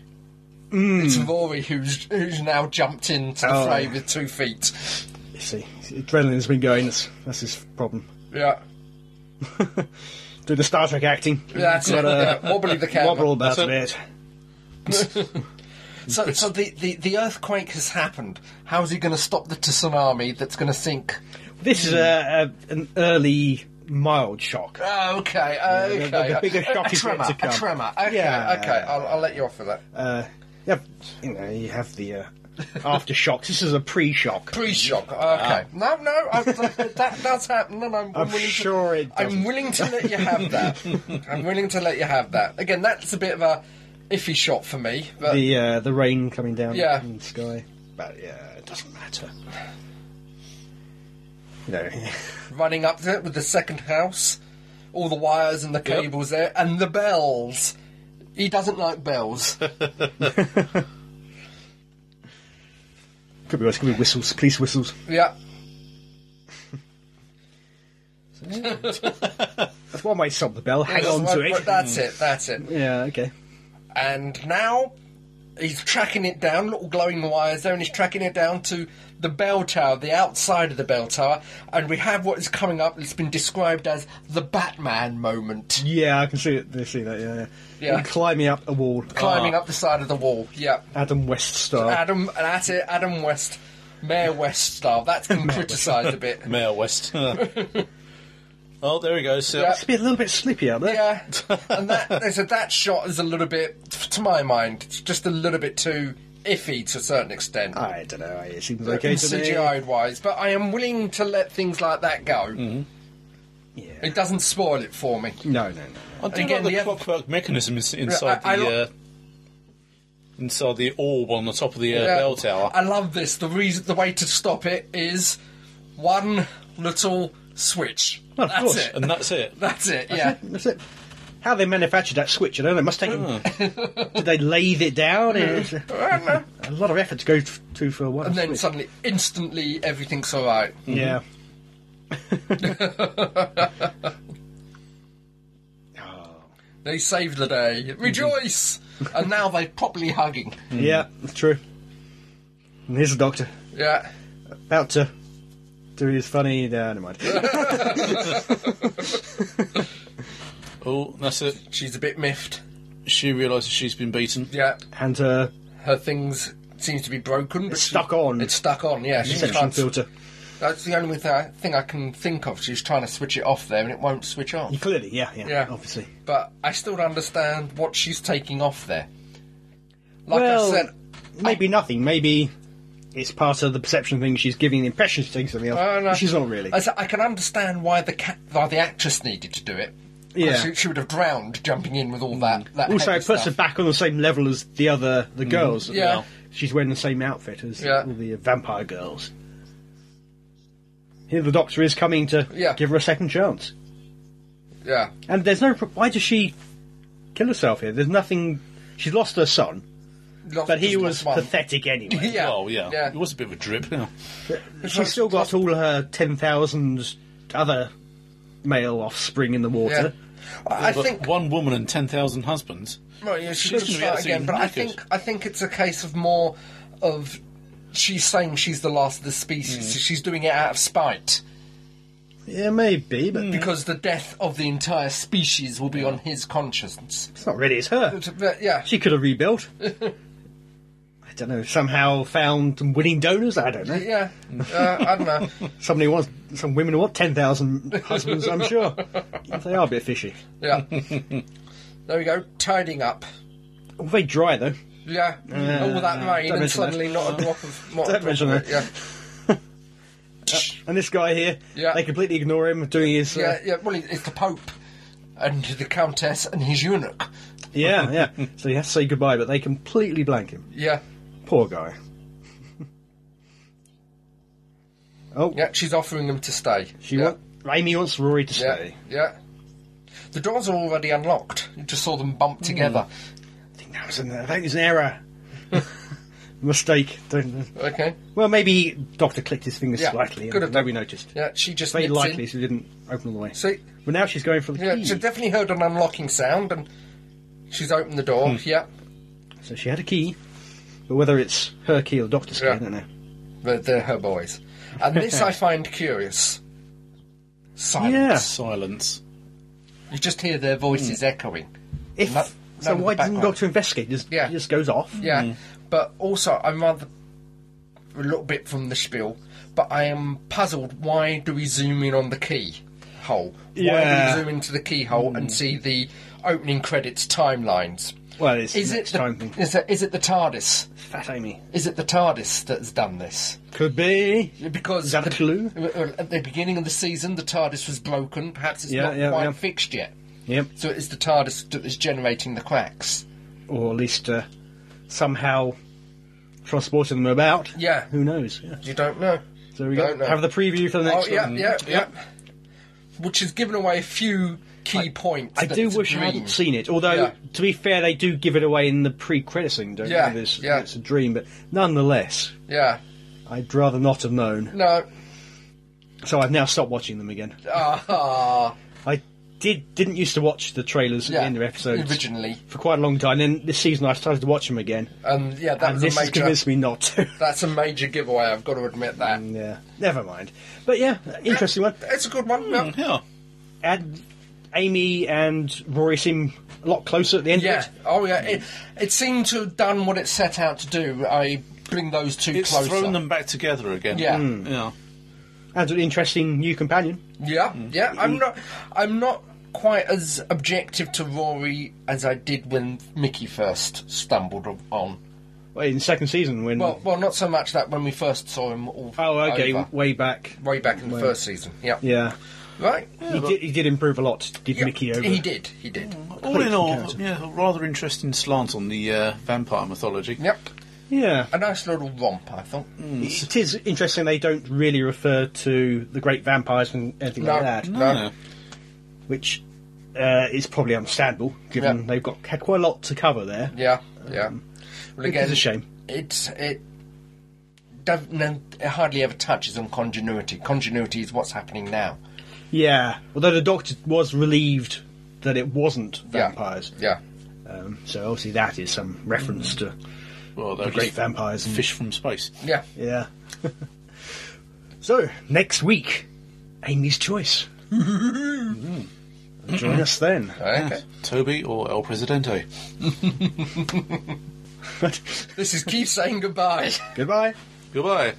A: It's Rory who's who's now jumped into the
B: Mm. Oh.
A: fray with two feet.
B: You see, adrenaline's been going. That's, that's his problem.
A: Yeah.
B: Do the Star Trek acting.
A: That's it.
B: Gotta
A: yeah. Wobbly the [LAUGHS] camera.
B: Wobble about
C: That's
B: a bit.
A: So, so the, the, the earthquake has happened. How's he going to stop the tsunami that's going to sink?
B: This is a, a, an early mild shock.
A: Oh, okay,
B: the-
A: okay.
B: the bigger shock
A: a, a
B: is yet
A: tremor,
B: to come.
A: a tremor. Okay,
B: Yeah.
A: okay. I'll, I'll let you off with that.
B: Uh, you, have, you know, you have the uh, aftershocks. This is a pre-shock.
A: Pre-shock. Okay. No, no. I, that, that does happen, and I'm,
B: Ah. I'm
A: willing
B: sure
A: to,
B: it
A: I'm
B: doesn't.
A: willing to let you have that.
B: [LAUGHS]
A: I'm willing to let you have that. Again, that's a bit of a iffy shot for me, but
B: the uh, the rain coming down
A: Yeah.
B: in the sky. But yeah, it doesn't matter.
A: [LAUGHS]
B: You know,
A: running up to it with the second house, all the wires and the cables there, and the bells. He doesn't like
B: [LAUGHS]
A: bells.
B: could be worse. Could be whistles, police whistles.
A: yeah.
B: That's one way to stop the bell. Hang on
A: That's-
B: to it.
A: That's it. That's it.
B: Yeah, okay.
A: and now he's tracking it down, little glowing wires there, and he's tracking it down to the bell tower, the outside of the bell tower, and we have what is coming up. It's been described as the Batman moment,
B: Yeah, I can see it. They see that. Yeah, yeah.
A: Yeah.
B: And climbing up a wall. uh,
A: climbing up the side of the wall. Yeah,
B: Adam West star.
A: Adam, that's it. Adam West, Mayor West style. That's been criticised a
B: [LAUGHS]
A: bit.
C: Mayor West. [LAUGHS] oh, there he goes. So,
A: Yeah.
B: it's a, bit, a little bit slippy out there.
A: Yeah, and that they said that shot is a little bit, to my mind, it's just a little bit too iffy to a certain extent.
B: I don't know. It
A: [LAUGHS]
B: seems
A: in
B: okay to me.
A: CGI wise, but I am willing to let things like that go.
B: Yeah.
A: It doesn't spoil it for me.
B: No, no, no.
C: I do
A: Again,
C: like
A: the
C: the
A: other-
C: clockwork mechanism is inside
A: I- I
C: the
A: lo-
C: uh, inside the orb on the top of the uh, bell tower.
A: I love this. The reason, the way to stop it is one little switch.
B: Well, of
A: That's
B: course.
A: it.
C: and that's it.
A: That's it. yeah.
B: That's it. How they manufactured that switch, I don't know. It must take them. [LAUGHS] Did they lathe it down? It's a,
A: Hmm. I don't know.
B: a lot of effort to go f- to for one.
A: And then
B: switch.
A: suddenly, instantly, everything's all right.
B: Yeah. Oh.
A: They saved the day. Rejoice! and now they're properly hugging.
B: Yeah, it's true. And here's the doctor
A: Yeah.
B: about to do his funny. No,
A: [LAUGHS]
B: never mind.
C: Oh, that's it.
A: She's a bit miffed.
C: She realises she's been beaten.
A: Yeah.
B: and uh,
A: Her things seems to be broken. But she-
B: stuck on.
A: It's stuck on. Yeah, she's
B: Section
A: trying to-
B: filter.
A: That's the only thing I, thing I can think of. She's trying to switch it off there, and it won't switch on.
B: Clearly, yeah, yeah,
A: Yeah,
B: obviously.
A: But I still don't understand what she's taking off there. Like
B: well,
A: I said,
B: maybe nothing. Maybe it's part of the perception thing. She's giving the impression she's taking something else.
A: Oh, no.
B: but She's not really.
A: I, said, I can understand why the ca- why the actress needed to do it. 'Cause
B: Yeah. Mm.
A: she, she would have drowned jumping in with all that. that
B: also,
A: heavy
B: it puts
A: stuff.
B: her back on the same level as the other the girls.
A: Yeah.
B: Well, she's wearing the same outfit as
A: Yeah.
B: all the vampire girls. Here, the doctor is coming to
A: Yeah.
B: give her a second chance.
A: Yeah,
B: And there's no. pro- Why does she kill herself here? There's nothing. She's lost her son,
A: Lost-
B: but he
A: just
B: was
A: lost one. [LAUGHS]
B: pathetic anyway.
A: Yeah,
C: Oh, yeah.
A: yeah.
C: It was a bit of a drip. Yeah.
B: She's still got all her 10,000 other male offspring in the
A: Yeah.
B: [LAUGHS] water.
A: I I
C: But
A: think.
C: one woman and 10,000 husbands.
A: Well, yeah, she
C: She's
A: could
C: gonna be
A: start
C: absolutely
A: again, but I
C: knackered.
A: think I think it's a case of more of she's saying she's the last of the species.
B: Mm.
A: so She's doing it out of spite
B: Yeah, maybe, but
A: because the death of the entire species will be on his conscience.
B: it's not really, it's her.
A: But, but, yeah,
B: She could
A: [LAUGHS]
B: have rebuilt. I don't know, somehow found some winning donors? I don't know.
A: yeah.
B: Mm.
A: Uh, I don't
B: [LAUGHS]
A: know.
B: Somebody wants, some women who want 10,000 husbands, I'm
A: [LAUGHS]
B: sure. They are a bit fishy.
A: Yeah. There we go. Tidying up.
B: All very dry, though.
A: Yeah. All that rain
B: don't
A: and
B: mention that.
A: suddenly not a drop of. Not a
B: Don't
A: drop
B: mention
A: of it,
B: that.
A: Yeah.
B: [LAUGHS] And this guy here,
A: Yeah.
B: they completely ignore him doing his. uh,
A: Yeah. Yeah. Well, it- it's the Pope and the Countess and his eunuch.
B: yeah, yeah. So he has to say goodbye, but they completely blank him.
A: Yeah.
B: Poor guy. [LAUGHS] oh,
A: Yeah. She's offering them to stay.
B: she
A: yeah.
B: wants. Amy wants Rory to
A: Yeah,
B: stay.
A: yeah. The doors are already unlocked. You just saw them
B: Hmm.
A: bump together.
B: I think that was an, I think it was
A: [LAUGHS]
B: an error. Mistake. Don't,
A: Okay.
B: well, maybe Doctor clicked his fingers
A: Yeah,
B: slightly.
A: could
B: Could
A: have
B: have
A: done.
B: nobody noticed.
A: Yeah, she just
B: Very
A: nips
B: likely
A: in.
B: she didn't open all the way.
A: See,
B: but now she's going for the
A: yeah,
B: key.
A: she definitely heard an unlocking sound, and she's opened the door.
B: Hmm.
A: Yeah,
B: so she had a key. But whether it's her key or the Doctor's
A: Yeah.
B: key, I don't know.
A: they're, they're her boys, and
B: [LAUGHS]
A: this I find curious.
B: Yeah.
A: Silence.
C: Silence.
A: You just hear their
B: Hmm.
A: voices echoing.
B: If
A: No-
B: so,
A: no
B: why didn't the
A: background.
B: Doctor investigate? Just,
A: Yeah.
B: he just goes off.
A: Yeah, but also I'm rather a little bit from the spiel, but I am puzzled. Why do we zoom in on the keyhole? Why
B: Yeah. Mm.
A: do we zoom into the keyhole and see the opening credits timelines?
B: Well, it's
A: Is
B: the
A: it
B: next
A: the,
B: time thing.
A: is it is it the TARDIS?
B: Fat Amy
A: Is it the TARDIS that's done this?
B: could be.
A: Because
B: Is that a
A: the-
B: clue?
A: well, At the beginning of the season, the TARDIS was broken. Perhaps it's
B: Yeah,
A: not
B: yeah,
A: quite
B: yeah.
A: fixed yet.
B: Yep.
A: So it's the TARDIS that is generating the cracks.
B: or at least uh, somehow transporting them about.
A: Yeah.
B: Who knows? Yeah.
A: You don't know.
B: So we
A: Don't
B: got
A: know.
B: have the preview for the
A: Oh
B: next
A: yeah,
B: one.
A: yeah, yeah. Which has given away a few key points.
B: I
A: that
B: do
A: it's a
B: wish I
A: dream.
B: hadn't seen it. Although,
A: Yeah.
B: to be fair, they do give it away in the pre-credit scene, don't
A: Yeah,
B: they? This,
A: yeah.
B: It's a dream, but nonetheless,
A: Yeah.
B: I'd rather not have known.
A: No.
B: So I've now stopped watching them again.
A: Ah.
B: I did didn't used to watch the trailers at
A: yeah.
B: the end of episodes
A: Originally,
B: for quite a long time. Then this season, I started to watch them again,
A: um, yeah, that
B: and
A: was a
B: this has
A: major.
B: convinced me not to. [LAUGHS]
A: That's a major giveaway. I've got to admit that.
B: yeah, never mind. But yeah, interesting one.
A: It's a good one. no.
B: Mm.
C: Yeah.
B: and Amy and Rory seem a lot closer at the end
A: Yeah.
B: of it.
A: Oh yeah. It, it seemed to have done what it set out to do. I bring those two
C: It's
A: closer.
C: thrown them back together again.
A: Yeah.
C: Yeah.
B: And an interesting new companion.
A: Yeah.
B: Mm.
A: Yeah. I'm not. I'm not quite as objective to Rory as I did when Mickey first stumbled on.
B: Well, in the second season when
A: Well, well, not so much that when we first saw him. All
B: oh okay
A: over.
B: way back
A: way back in the first season. Yeah,
B: yeah.
A: right.
B: He did, he did improve a lot. Did
A: Yeah,
B: Mickey over?
A: He did. He did.
C: All in all,
B: character.
C: yeah, a rather interesting slant on the uh, vampire mythology.
A: Yep.
B: Yeah,
A: A nice little romp, I thought.
B: it is interesting. They don't really refer to the great vampires and anything
A: No,
B: like that,
A: no.
C: Yeah.
B: which uh, is probably understandable given
A: Yeah.
B: they've got had quite a lot to cover there.
A: Yeah, yeah. Well,
B: Which Um, is a shame.
A: It's it. don't- no, It hardly ever touches on continuity. Continuity is what's happening now.
B: Yeah, although the Doctor was relieved that it wasn't
A: Yeah.
B: vampires.
A: Yeah,
B: Um, so obviously that is some reference to
A: Mm.
C: Well, they're
B: the great
C: great
B: vampires. And,
C: fish from space.
A: yeah.
B: Yeah. [LAUGHS] so next week, Amy's
A: [LAUGHS]
B: choice. Join us then.
A: Okay.
C: Toby or El Presidente?
B: This is Keith saying goodbye.
A: Goodbye.
B: [LAUGHS]
C: Goodbye.